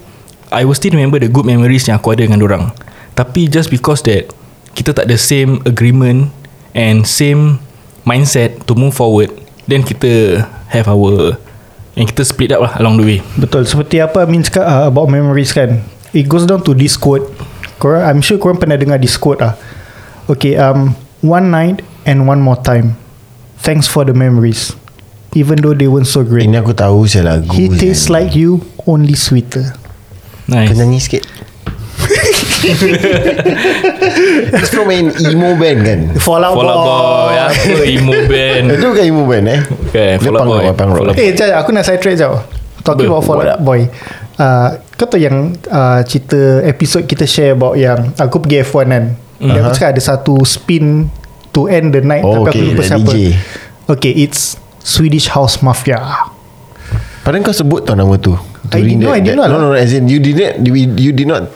S3: I will still remember The good memories Yang aku ada dengan orang. Tapi just because that Kita tak ada same agreement And same Mindset To move forward Then kita Have our And kita split up lah Along the way
S5: Betul Seperti apa Amin cakap uh, About memories kan It goes down to this quote korang, I'm sure korang pernah dengar this quote lah Okay um, One night And one more time Thanks for the memories Even though they weren't so great
S4: Ini aku tahu saya lagu.
S5: He tastes
S4: Zain.
S5: like you Only sweeter
S3: Nice
S4: Kau nyanyi sikit. It's from an emo band kan?
S5: Fallout,
S3: Fallout Boy ah,
S5: Boy,
S3: Apa emo band
S4: Itu bukan emo band eh?
S3: Okay,
S4: Dia
S3: Fall Out
S4: punk
S3: Boy.
S4: rock, punk rock.
S3: Fall Out
S5: Eh jap aku nak side track jauh Talking
S3: Apa?
S5: about Fallout Boy uh, Kau tahu yang uh, Cerita episode kita share about yang Aku pergi F1 kan Dan aku cakap ada satu spin To end the night Tapi
S4: Oh, okay,
S5: aku lupa
S4: that
S5: siapa
S4: DJ.
S5: Okay it's Swedish House Mafia
S4: Padahal kau sebut tau nama tu.
S5: I did-
S4: During
S5: no, I
S4: that-
S5: did
S4: that-
S5: not lah.
S4: No, no, no. As in, you did not, you, you did not,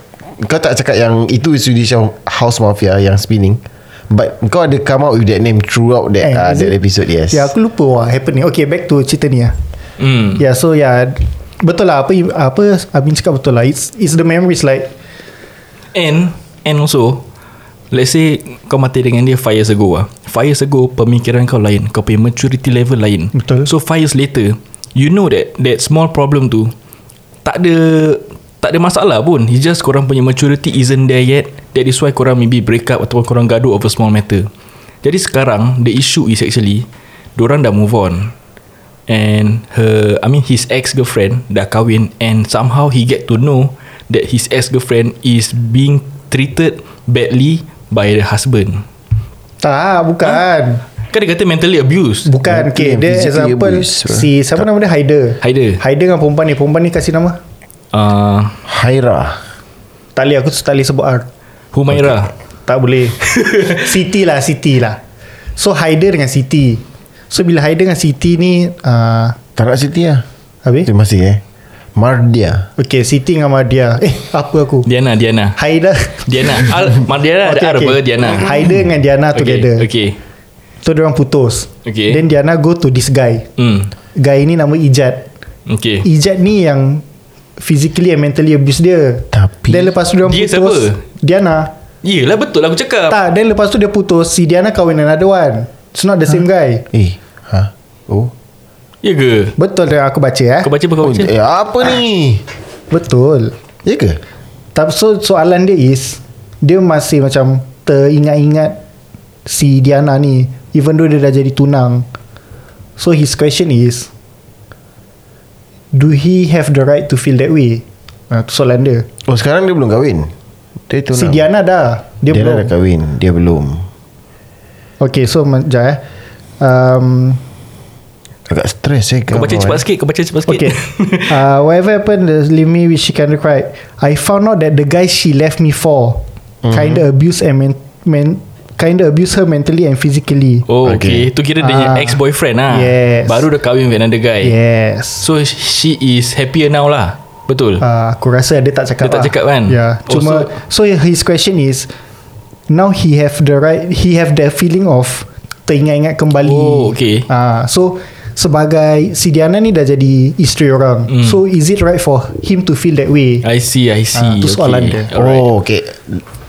S4: kau tak cakap yang itu Swedish House Mafia yang spinning. But kau ada come out with that name throughout that
S5: Eh,
S4: uh,
S5: is it?
S4: that episode yes.
S5: Ya aku lupa what happening. Okay back to cerita ni lah.
S3: Hmm.
S5: Yeah so yeah betul lah apa apa Amin cakap betul lah. It's it's the memories like
S3: And And also Let's say Kau mati dengan dia 5 years ago lah 5 years ago Pemikiran kau lain Kau punya maturity level lain
S5: Betul.
S3: So 5 years later You know that That small problem tu Tak ada Tak ada masalah pun It's just korang punya maturity Isn't there yet That is why korang maybe break up Ataupun korang gaduh Over small matter Jadi sekarang The issue is actually Dorang dah move on And her I mean his ex-girlfriend Dah kahwin And somehow he get to know That his ex-girlfriend Is being treated Badly By the husband
S5: tak bukan.
S4: Ah.
S3: Kan dia kata mentally abused
S5: Bukan okay,
S4: yang
S5: dia
S4: physically
S5: example
S4: abuse, bro.
S5: si siapa nama dia Haider.
S3: Haider.
S5: Haider dengan perempuan ni. Perempuan ni kasih nama.
S3: uh,
S4: Haira.
S5: Tak boleh aku tak boleh sebut R.
S3: Humaira
S5: Tak boleh. Siti lah Siti lah. So Haider dengan Siti. So bila Haider dengan Siti ni uh,
S4: Tak nak Siti lah.
S5: habis?
S4: Terima kasih eh. Mardia.
S5: Okay Siti dengan Madia. Eh apa aku?
S3: Diana Diana
S5: Haider.
S3: Diana Al, Diana ada okay, apa Diana
S5: Haider dengan Diana together. Okay.
S3: Okay
S5: So dia orang putus.
S3: Okay.
S5: Then Diana go to this guy.
S3: Hmm
S5: Guy ni nama Ijat.
S3: Okay
S5: Ijat ni yang physically and mentally abuse dia.
S4: Tapi-
S5: Then lepas tu dia orang
S3: Dia
S5: putus.
S3: siapa?
S5: Diana.
S3: Yelah betul lah aku cakap
S5: Tak, then lepas tu dia putus. Si Diana kahwin another one. It's not the same guy.
S4: Eh. Ha. Oh.
S3: Ya ke
S5: Betul dia aku baca eh.
S3: Kau baca apa kau
S4: oh
S3: baca
S4: eh, apa ni?
S5: Betul.
S4: Ya ke?
S5: Tapi so soalan dia is dia masih macam teringat-ingat si Diana ni even though dia dah jadi tunang. So his question is do he have the right to feel that way? Ha, tu soalan dia.
S4: Oh sekarang dia belum kahwin. Dia tu
S5: Si Diana dah. Dia
S4: Dia Diana
S5: belum.
S4: dah kahwin. Dia belum.
S5: Okay so sekejap eh. Um,
S4: Agak stres eh.
S3: Kau baca cepat sikit Kau baca cepat sikit
S5: okay. uh, whatever happened the leave me with she kind of cried. I found out that the guy she left me for
S3: Mm-hmm.
S5: kinda abused and men, men, kinda abused her mentally and physically.
S3: Oh okay,
S4: Okay.
S3: Tu kira dia punya
S5: Ah.
S3: ex-boyfriend lah
S5: Yes.
S3: Baru dah kahwin with another guy
S5: Yes.
S3: So she is happier now lah Betul
S5: Uh, aku rasa dia tak cakap.
S3: Dia tak
S5: lah.
S3: cakap kan?
S5: Yeah.
S3: Oh,
S5: Cuma so, his question is now he have the right he have the feeling of teringat-ingat kembali.
S3: Oh, okay.
S5: Ah, so sebagai si Diana ni dah jadi isteri orang.
S3: Mm.
S5: So is it right for him to feel that way?
S3: I see I
S5: Ah,
S3: see
S5: tu soalan
S3: okay.
S5: dia.
S3: Alright.
S4: Oh okay.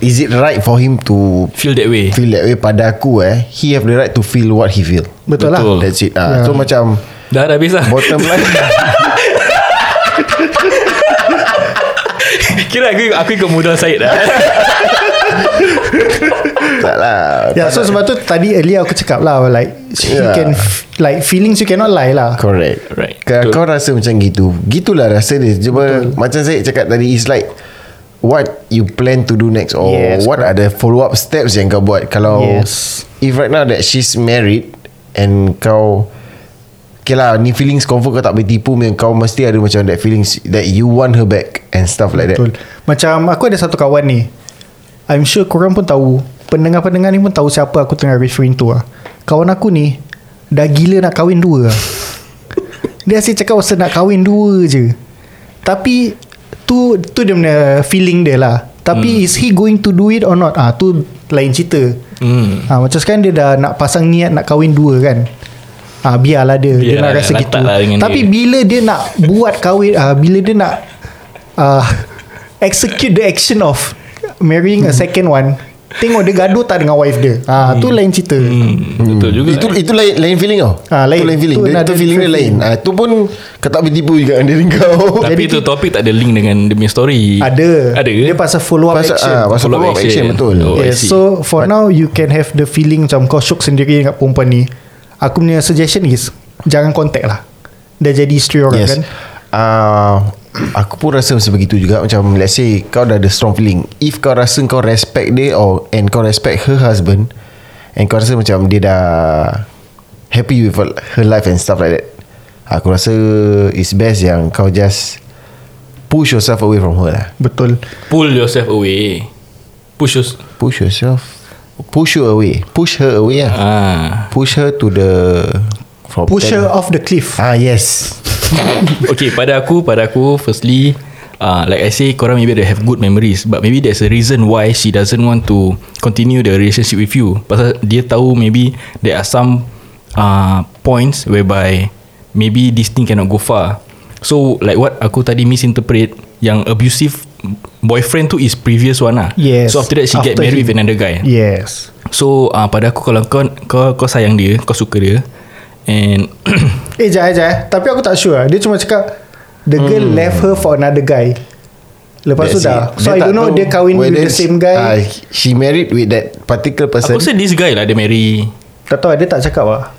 S4: Is it right for him to
S3: Feel that way
S4: feel that way pada aku eh? He have the right to feel what he feel.
S5: Betul,
S3: betul.
S5: lah.
S4: That's it.
S5: Yeah.
S4: Ah, So macam
S3: Dah dah habis lah
S4: bottom line
S3: Kira aku, aku ikut modal Syed lah
S4: tak lah.
S5: Yeah, Ya, so sebab tu tadi earlier aku cakap lah like she
S4: Yeah.
S5: can f- like feelings you cannot lie lah.
S4: Correct
S3: Right.
S4: Kau,
S3: Betul.
S4: kau rasa macam gitu Gitulah rasa dia Cuma Betul. Macam saya cakap tadi It's like What you plan to do next Or
S5: Yes,
S4: yes, what are the follow up steps Yang kau buat Kalau
S5: Yes.
S4: If right now that she's married And kau Okay lah Ni feelings confirm kau tak boleh tipu man. Kau mesti ada macam that feelings That you want her back And stuff like
S5: Betul.
S4: that
S5: Macam aku ada satu kawan ni. I'm sure korang pun tahu. Pendengar-pendengar ni pun tahu siapa aku tengah referring to lah. Kawan aku ni dah gila nak kahwin dua lah. dia asyik cakap pasal nak kahwin dua je. Tapi tu tu dia punya feeling dia lah. Tapi hmm. is he going to do it or not? Ah tu lain cerita.
S3: Hmm
S5: Ah macam sekarang dia dah nak pasang niat nak kahwin dua kan. Ah biarlah dia dia
S3: Biarlah,
S5: nak rasa
S3: latak
S5: gitu.
S3: lah dengan
S5: Tapi
S3: dia.
S5: bila dia nak buat kahwin ah bila dia nak ah execute the action of marrying a second one, tengok dia gaduh tak dengan wife dia. Ah
S3: Hmm.
S5: tu lain cerita.
S3: Betul juga eh?
S4: Itu itu lain, lain feeling kau
S5: Ah, lain.
S4: Itu lain feeling
S5: Tu
S4: Dia-
S5: another
S4: Itu feeling dia lain
S5: different
S4: Ah, Itu pun Kau tak boleh tipu juga Dengan diri kau
S3: Tapi tu topik tak ada link dengan Demi story
S5: Ada.
S3: Ada
S5: Dia pasal follow up
S4: Pasal,
S5: action.
S4: ah, pasal follow up action, betul.
S3: Oh, I
S5: yeah,
S3: see.
S5: so for now you can have the feeling macam kau syok sendiri dengan perempuan ni. Aku punya suggestion is jangan contact lah. Dah jadi isteri orang
S4: Yes.
S5: kan.
S4: Uh, aku pun rasa macam begitu juga macam let's say kau dah ada strong feeling. If kau rasa kau respect dia or and kau respect her husband and kau rasa macam dia dah happy with her- her life and stuff like that. Aku rasa it's best yang kau just push yourself away from her lah.
S5: Betul.
S3: Pull yourself away Push your
S4: Push yourself push her away. Push her away lah.
S3: Ah,
S4: Push her to the from
S5: Push her
S4: ten-
S5: off the cliff.
S4: Ah yes.
S3: Okay pada aku Pada aku Firstly uh, like I say korang maybe they have good memories but maybe there's a reason why she doesn't want to continue the relationship with you pasal dia tahu maybe there are some uh, points whereby maybe this thing cannot go far so like what aku tadi misinterpret yang abusive boyfriend tu is previous one lah
S5: Yes.
S3: so after that she after get
S5: After
S3: married
S5: he-
S3: with another guy
S5: Yes.
S3: So uh, pada aku kalau kau, kau kau sayang dia, kau suka dia and
S5: Eh, jap, eh, jap. eh. Tapi aku tak sure. lah. Dia cuma cakap the girl left her for another guy. Lepas tu
S4: That's
S5: dah.
S4: it.
S5: So I don't
S4: tak
S5: know
S4: tahu
S5: dia kahwin with the
S4: whether
S5: same guy.
S4: she- ah, she married with that particular person.
S3: aku rasa this guy lah dia marry.
S5: Tak tahu dia tak cakap lah.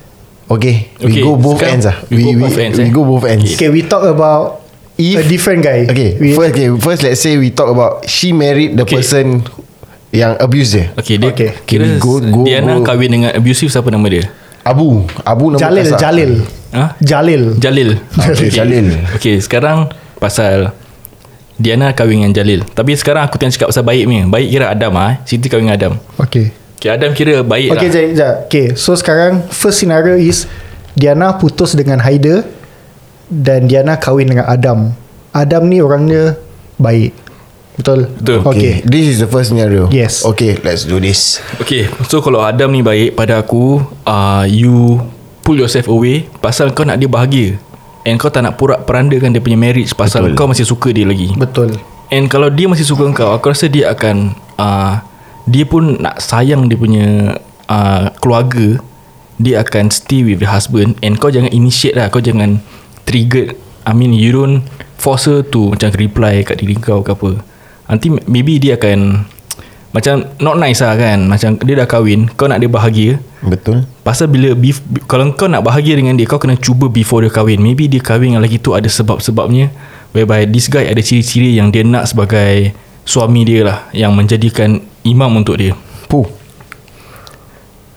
S4: Okay, we
S3: Okay,
S4: go both
S3: sekarang
S4: ends ah.
S3: we
S4: We
S3: go
S4: we,
S3: both ends,
S4: we
S3: eh.
S4: go both ends.
S5: Okay, we talk about
S4: If-
S5: a different guy.
S4: Okay,
S5: we,
S4: first okay, first let's say we talk about she married the
S3: Okay.
S4: person yang abuse dia.
S3: Okay, dia
S5: Okay.
S3: kira
S4: Okay, go- go-
S3: Diana
S4: go.
S3: kahwin dengan abusive siapa nama dia?
S4: Abu, Abu nama
S5: Jalil,
S4: kasar.
S5: Jalil.
S3: Ha?
S5: Jalil.
S3: Jalil.
S4: Okay, Jalil.
S3: Okay, sekarang pasal Diana kahwin dengan Jalil. Tapi sekarang aku tengah cakap pasal baik ni. Baik kira Adam ah. Ha? Siti kahwin dengan Adam.
S5: Okay.
S3: Okay, Adam kira baik
S5: Okay,
S3: lah.
S5: jap, jap. Okay, so sekarang first scenario is Diana putus dengan Haider dan Diana kahwin dengan Adam. Adam ni orangnya baik. Betul?
S3: Betul.
S5: Okay.
S4: Okay. This is the first scenario.
S5: Yes.
S4: Okay, let's do this.
S3: Okay, so kalau Adam ni baik pada aku, uh, you pull yourself away pasal kau nak dia bahagia. And kau tak nak porak perandakan dia punya marriage pasal Betul. kau masih suka dia lagi.
S5: Betul.
S3: And kalau dia masih suka kau, aku rasa dia akan uh, dia pun nak sayang dia punya uh, keluarga. Dia akan stay with the husband and kau jangan initiate lah, kau jangan trigger. I mean you don't force her to macam reply kat diri kau ke apa. Nanti maybe dia akan macam not nice lah kan. Macam dia dah kahwin, kau nak dia bahagia.
S4: Betul.
S3: Pasal bila bef, be- kalau kau nak bahagia dengan dia kau kena cuba before dia kahwin. Maybe dia kahwin dengan lelaki tu ada sebab-sebabnya whereby this guy ada ciri-ciri yang dia nak sebagai suami dia lah yang menjadikan imam untuk dia.
S4: Puh.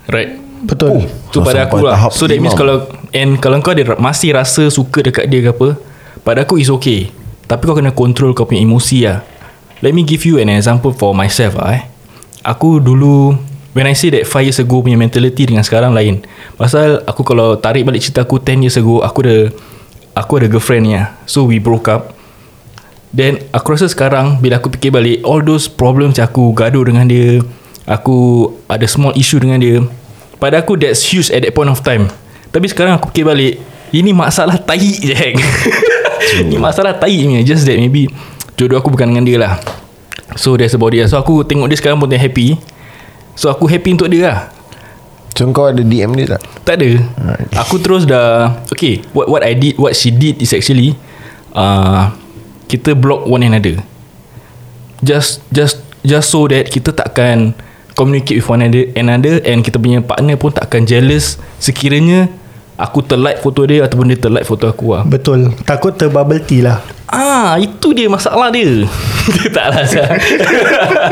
S3: Right.
S5: Betul.
S4: Puh.
S3: Tu
S4: So,
S3: pada
S4: sampai
S3: aku lah.
S4: tahap
S3: So that means
S4: imam.
S3: kalau and kalau kau ada ra- masih rasa suka dekat dia ke apa, pada aku is okay. Tapi kau kena control kau punya emosi lah. Let me give you an example for myself lah eh. Aku dulu When I say that 5 years ago punya mentality dengan sekarang lain Pasal aku kalau tarik balik cerita aku 10 years ago Aku ada Aku ada girlfriend ni lah So we broke up Then aku rasa sekarang bila aku fikir balik all those problems yang aku gaduh dengan dia, aku ada small issue dengan dia. Pada aku that's huge at that point of time. Tapi sekarang aku fikir balik, ini masalah tai je hang. ini masalah tai punya just that maybe jodoh aku bukan dengan dia lah. So that's about it. lah. So aku tengok dia sekarang pun dia happy. So aku happy untuk dia lah.
S4: So kau ada DM dia tak?
S3: Tak ada Aku terus dah Okay What what I did What she did is actually uh, Kita block one another Just Just Just so that Kita takkan Communicate with one another, another And kita punya partner pun Takkan jealous Sekiranya Aku terlike foto dia Ataupun dia terlike foto aku lah
S5: Betul. Takut terbubble tea lah.
S3: Ah Itu dia masalah dia Dia tak lah Syah.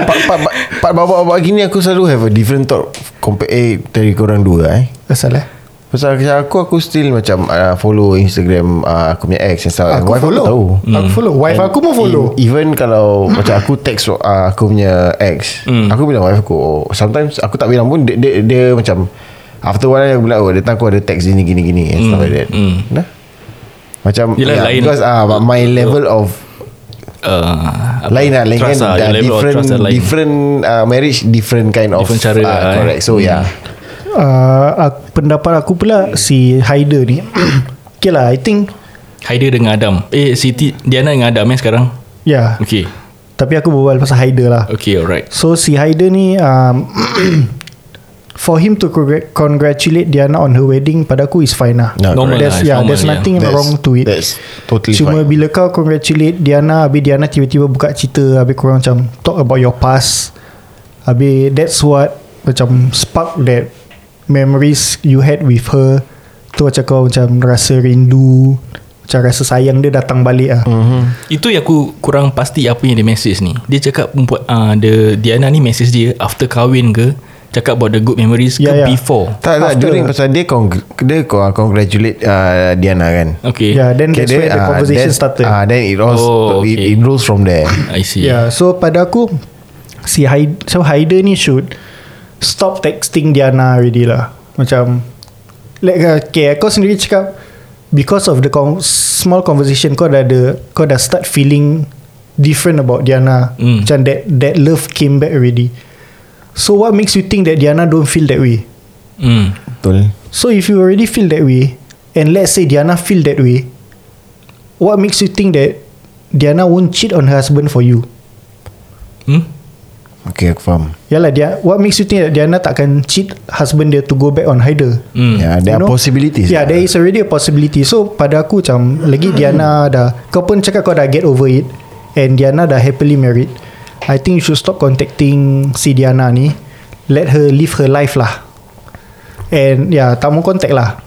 S4: Part, part, part, part bawa-bawa gini aku selalu have a different thought compare eh, dari korang dua eh.
S5: Asal eh?
S4: Pasal kisah aku Aku still macam uh, Follow Instagram uh, Aku punya ex and stuff. And
S5: Aku
S4: wife
S5: follow.
S4: Aku tahu
S5: Aku
S3: Hmm.
S5: follow. Wife aku pun follow. Hmm.
S4: E- Even kalau Macam aku text uh, Aku punya ex
S3: Hmm.
S4: Aku bilang wife aku oh, Sometimes Aku tak bilang pun Dia, dia, dia macam After one hour aku bilang Oh dia tahu aku ada text Gini gini gini And stuff like that Nah Macam
S3: Yelah, Hmm. lain.
S4: Because uh, my level of
S3: uh, apa?
S4: lain lah lain kan
S3: Trust lah,
S4: dah
S3: your level of
S4: different
S3: trust lah lain.
S4: different uh, marriage different kind of
S3: Different cara
S4: ah,
S3: lah, eh.
S4: correct so yeah
S5: Uh, aku, pendapat aku pula si Haider ni. okay lah, I think
S3: Haider dengan Adam Eh Siti Diana dengan Adam eh sekarang
S4: Ah.
S5: ya. Yeah.
S3: Okay
S5: Tapi aku berbual pasal Haider lah.
S3: Okay alright
S5: So si Haider ni um, For him to congr- congratulate Diana on her wedding Pada aku is fine lah
S4: No,
S3: Normal
S5: there's,
S3: lah,
S5: yeah,
S3: normal,
S5: There's
S3: yeah.
S5: nothing wrong to it
S4: that's totally
S5: Cuma
S4: fine
S5: bila kau congratulate Diana Habis Diana tiba-tiba buka cerita Habis korang macam Talk about your past Habis that's what Macam spark that Memories you had with her Tu macam kau macam Rasa rindu Macam rasa sayang dia datang balik lah
S3: Hmm.
S4: Hmm.
S5: mm-hmm.
S3: Itu yang aku kurang pasti apa yang dia message ni. Dia cakap perempuan uh, the Diana ni message dia after kahwin ke cakap about the good memories yeah,
S5: Yeah,
S4: Ya,
S3: ke
S5: yeah.
S3: yeah. before.
S4: tak tak
S5: After-
S4: during pasal dia cong- dia co- congratulate uh, Diana kan
S3: Okay.
S5: Yeah then
S4: Okay,
S5: that's where the
S4: ah,
S5: conversation
S4: then-
S5: started
S4: ah, then it rolls
S3: Oh,
S4: it,
S3: okay.
S4: it rolls from there
S3: I see.
S4: Ya.
S5: Yeah, so pada aku si Haid, so Haider ni should stop texting Diana already lah. Macam like uh, okay, kau sendiri cakap because of the con- small conversation kau dah ada kau dah start feeling different about Diana.
S3: Mm.
S5: Macam that that love came back already. So what makes you think that Diana don't feel that way?
S3: mm.
S4: Betul
S5: So if you already feel that way, and let's say Diana feel that way, what makes you think that Diana won't cheat on her husband for you?
S3: Hmm?
S4: Okay aku faham
S5: Yalah dia what makes you think that Diana takkan cheat husband dia to go back on Haider?
S3: Mm.
S4: Yeah, Ah, there
S5: You know?
S4: are possibilities
S5: Yeah, there is already a possibility. So pada aku macam lagi Diana dah kau pun cakap kau dah get over it and Diana dah happily married. I think you should stop contacting si Diana ni. Let her live her life lah. And yeah, tak mau contact lah.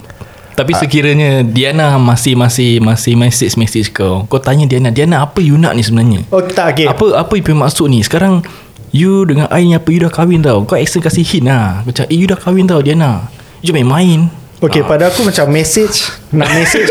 S3: Tapi
S4: Ah.
S3: sekiranya Diana masih masih masih message message kau. Kau tanya Diana, Diana apa you nak ni sebenarnya?
S5: Oh tak okay.
S4: Ya.
S3: Apa apa you punya maksud ni? Sekarang you dengan I ni apa you dah kahwin tau. Kau action kasih hint lah. Macam eh you dah kahwin tau Diana. You main main.
S4: Lah.
S5: Okay,
S4: Ah.
S5: pada aku macam message, nak message,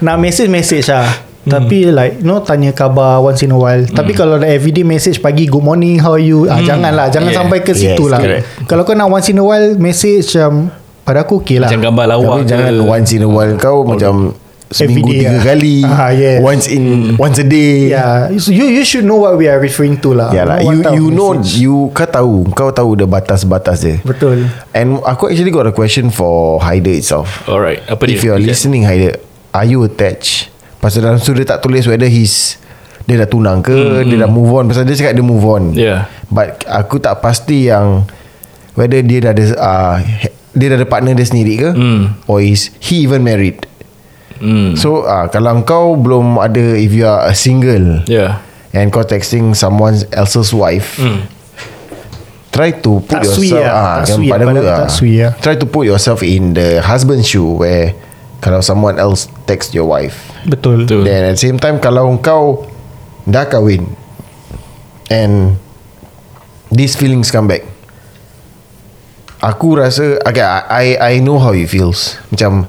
S5: nak message message lah.
S4: Hmm.
S5: Tapi like you know tanya khabar once in a while. Tapi kalau dah everyday message pagi good morning how are you? Ah janganlah, jangan
S3: Yeah.
S5: sampai ke
S4: Hmm. Yes,
S5: situ lah.
S4: correct.
S5: Kalau kau nak once in a while message um, pada aku okay lah.
S3: Macam gambar lawak Oh.
S4: Tapi jangan once in a while Kau macam Seminggu
S5: day
S4: tiga
S5: lah.
S4: kali
S5: Ah, yes.
S4: Once in
S3: Hmm.
S4: Once a day
S5: Yeah, so you you should know what we are referring to lah.
S4: Yalah,
S5: What
S4: you
S5: type of
S4: you know
S5: message.
S4: you kau tahu kau tahu the batas-batas dia.
S5: Betul.
S4: And aku actually got a question for Haider itself.
S3: Alright, apa dia?
S4: If you're
S3: Okay.
S4: listening Haider, are you attached? Pasal dalam tu dia tak tulis whether he's dia dah tunang ke,
S3: Hmm,
S4: dia dah move on. Pasal dia cakap dia move on.
S3: Yeah.
S4: But aku tak pasti yang whether dia dah ada uh, dia dah ada partner dia sendiri ke
S3: Mm.
S4: or is he even married.
S3: Hmm.
S4: So uh, kalau kau belum ada if you are a single
S3: Yeah.
S4: and kau texting someone else's wife
S3: Hmm.
S4: try to
S5: Tak
S4: put yourself
S5: sui lah,
S4: ah,
S5: tak
S4: kan,
S5: sui,
S4: pada
S5: pada
S4: aku,
S5: aku tak sui lah.
S4: try to put yourself in the husband's shoe where kalau someone else text your wife
S5: Betul.
S3: Betul.
S4: then at the same time kalau kau dah kahwin and these feelings come back aku rasa okay, I I I know how it feels macam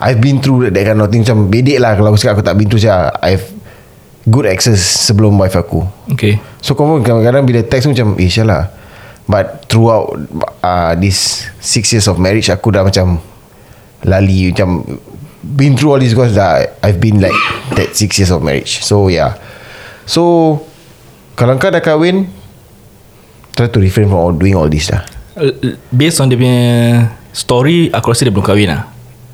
S4: I've been through that, that kind of thing macam bedek lah kalau aku cakap aku tak been through saya I've good access sebelum wife aku
S3: Okay.
S4: So kau pun kadang-kadang bila text tu macam Eh Syala But throughout uh, This Six years of marriage Aku dah macam Lali Macam Been through all this Because dah I've been like That six years of marriage So yeah So Kalau kau dah kahwin Try to refrain from all, doing all this lah
S3: Uh, Based on dia punya story, aku rasa dia belum kahwin lah.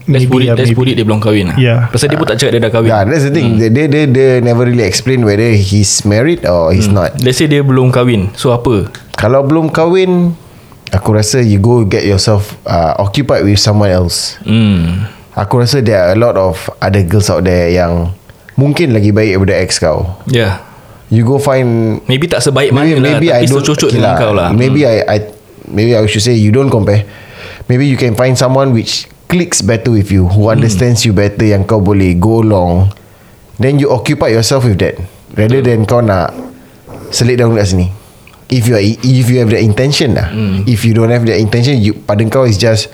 S3: Let's
S5: Maybe
S3: put it,
S5: lah,
S3: let's
S5: maybe.
S3: put it dia belum kahwin lah.
S5: Yeah.
S3: Pasal dia pun tak cakap dia dah kahwin.
S4: Yeah, that's the thing. They, they, they, they never really explain whether he's married or he's not.
S3: Let's say dia belum kahwin. So apa?
S4: Kalau belum kahwin, aku rasa you go get yourself uh, occupied with someone else.
S3: Hmm.
S4: Aku rasa there are a lot of other girls out there yang mungkin lagi baik daripada ex kau.
S3: Yeah.
S4: You go find
S3: Ya. Maybe tak sebaik mana
S4: maybe
S3: lah
S4: maybe
S3: Tapi
S4: I don't
S3: secucuk dengan
S4: lah.
S3: kau lah
S4: Maybe I I maybe I should say you don't compare. Maybe you can find someone which clicks better with you, who
S3: Hmm.
S4: understands you better yang kau boleh go long. Then you occupy yourself with that rather than kau nak selit down kat sini. If you are, if you have the intention lah.
S3: Hmm.
S4: If you don't have the intention, you pada kau is just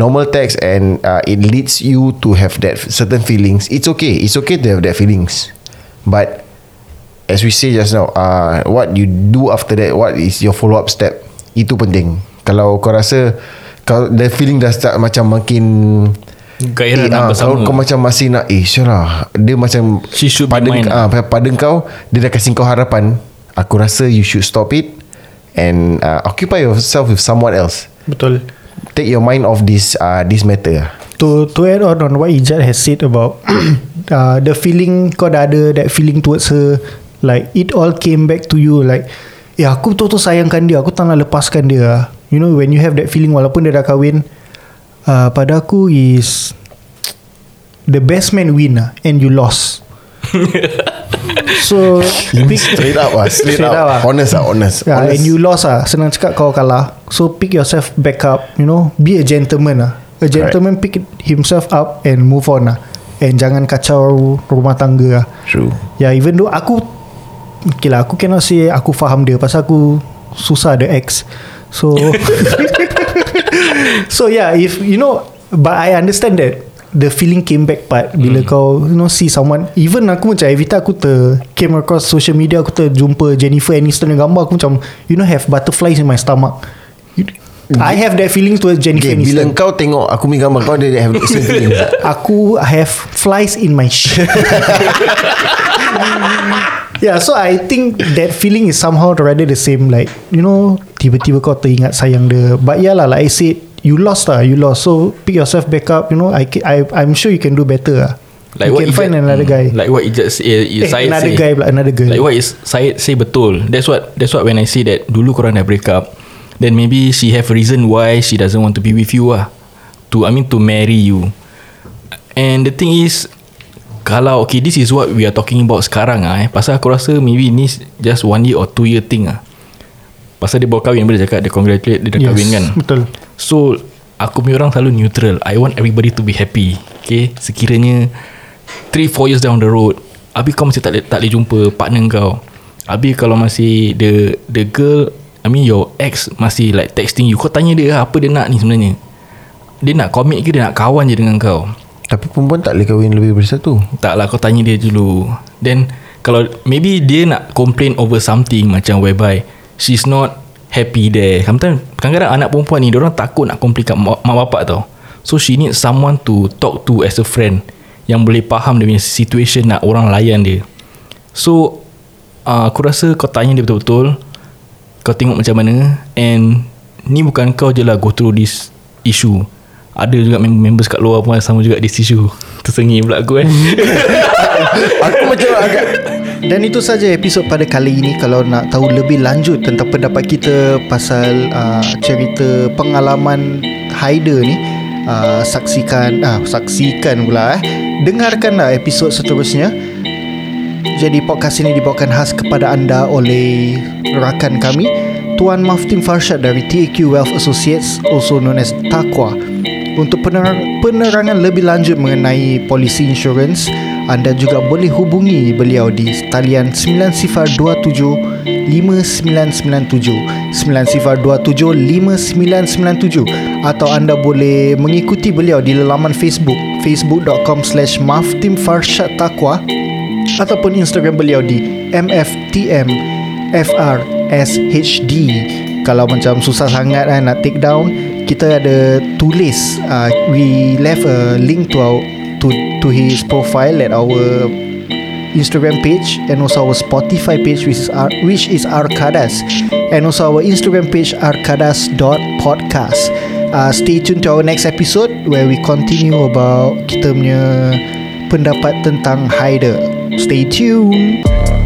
S4: normal text and uh, it leads you to have that certain feelings. It's okay. It's okay to have that feelings. But as we say just now, uh, what you do after that, what is your follow up step? Itu penting. Kalau kau rasa kau the feeling dah start macam makin
S3: Gairah nak
S4: ah,
S3: bersama.
S4: Kalau kau macam masih nak Eh sure lah Dia macam
S3: She should be
S4: pada,
S3: mine.
S4: ah, pada kau Dia dah kasih kau harapan Aku rasa you should stop it And uh, Occupy yourself with someone else
S5: Betul.
S4: Take your mind off this uh, This matter
S5: To to add on on what Ijat has said about uh, the feeling kau dah ada that feeling towards her like it all came back to you like ya aku betul-betul sayangkan dia aku tak nak lepaskan dia ah." you know when you have that feeling walaupun dia dah kahwin uh, pada aku is the best man win lah and you lost so
S4: Straight up lah Straight,
S5: Straight up ah.
S4: up, Honest lah honest,
S5: Yeah, and
S4: honest.
S5: you lost ah. Senang cakap kau kalah. So pick yourself back up. You know, be a gentleman ah. A gentleman pick himself up and move on ah. And jangan kacau rumah tangga ah.
S4: True
S5: Yeah, even though aku Okay lah, aku cannot say aku faham dia pasal aku susah ada ex. So So yeah, if you know but I understand that the feeling came back part
S4: Hmm.
S5: bila kau you know see someone even aku macam every time aku ter came across social media aku terjumpa Jennifer Aniston yang gambar aku macam you know have butterflies in my stomach. You- I have that feeling towards Jennifer
S4: Okay, bila
S5: Aniston.
S4: kau tengok aku punya gambar kau dia have the same feeling.
S5: Aku have flies in my shit. Yeah, so I think that feeling is somehow rather the same. Like, you know, tiba-tiba kau teringat sayang dia. But yeah lah, like I said, you lost lah, you lost. So pick yourself back up. You know, I, ca- I I'm sure you can do better lah. you can
S3: Ijaz-
S5: find another
S3: Hmm,
S5: guy.
S3: Like what Ijaz eh, eh,
S5: eh,
S3: Syed
S5: another
S3: say.
S5: guy pula, another girl.
S3: Like what is Syed say betul. That's what that's what when I say that dulu korang dah break up, then maybe she have a reason why she doesn't want to be with you ah. To I mean to marry you. And the thing is kalau okay this is what we are talking about sekarang ah eh. Pasal aku rasa maybe ni just one year or two year thing ah. Pasal dia baru kahwin Boleh cakap Dia congratulate Dia dah yes. kahwin kan
S5: Betul.
S3: So Aku punya orang selalu neutral I want everybody to be happy Okay Sekiranya 3-4 years down the road Habis kau masih tak boleh, tak boleh jumpa Partner kau Habis kalau masih The the girl I mean your ex Masih like texting you Kau tanya dia lah, Apa dia nak ni sebenarnya Dia nak komit ke Dia nak kawan je dengan kau
S4: Tapi perempuan tak boleh kahwin lebih daripada satu
S3: tak lah kau tanya dia dulu Then Kalau Maybe dia nak complain over something Macam whereby She's not happy there Sometimes Kadang-kadang anak perempuan ni Diorang takut nak complain kat mak, mak bapak tau So she need someone to Talk to as a friend Yang boleh faham Dia punya situation Nak orang layan dia So uh, Aku rasa kau tanya dia betul-betul Kau tengok macam mana And Ni bukan kau je lah Go through this Issue Ada juga members kat luar pun Sama juga this issue Tersengi pula aku eh
S4: Aku macam agak
S5: Dan itu saja episod pada kali ini Kalau nak tahu lebih lanjut tentang pendapat kita Pasal uh, cerita pengalaman Haider ni uh, Saksikan, ah saksikan pula eh Dengarkanlah episod seterusnya Jadi podcast ini dibawakan khas kepada anda oleh rakan kami Tuan Maftin Farshad dari TAQ Wealth Associates Also known as Taqwa Untuk penerang, penerangan lebih lanjut mengenai polisi insurans Anda juga boleh hubungi beliau di talian 9027 5997 9027 5997 Atau anda boleh mengikuti beliau di laman Facebook facebook.com slash maftim farshad taqwa ataupun Instagram beliau di MFTM FRSHD. Kalau macam susah sangat kan nak take down, kita ada tulis uh, we left a link to our to to his profile at our Instagram page and also our Spotify page which is our, which is Arcadas and also our Instagram page arcadas.podcast. Uh, stay tuned to our next episode where we continue about kita punya pendapat tentang Haider. Stay tuned.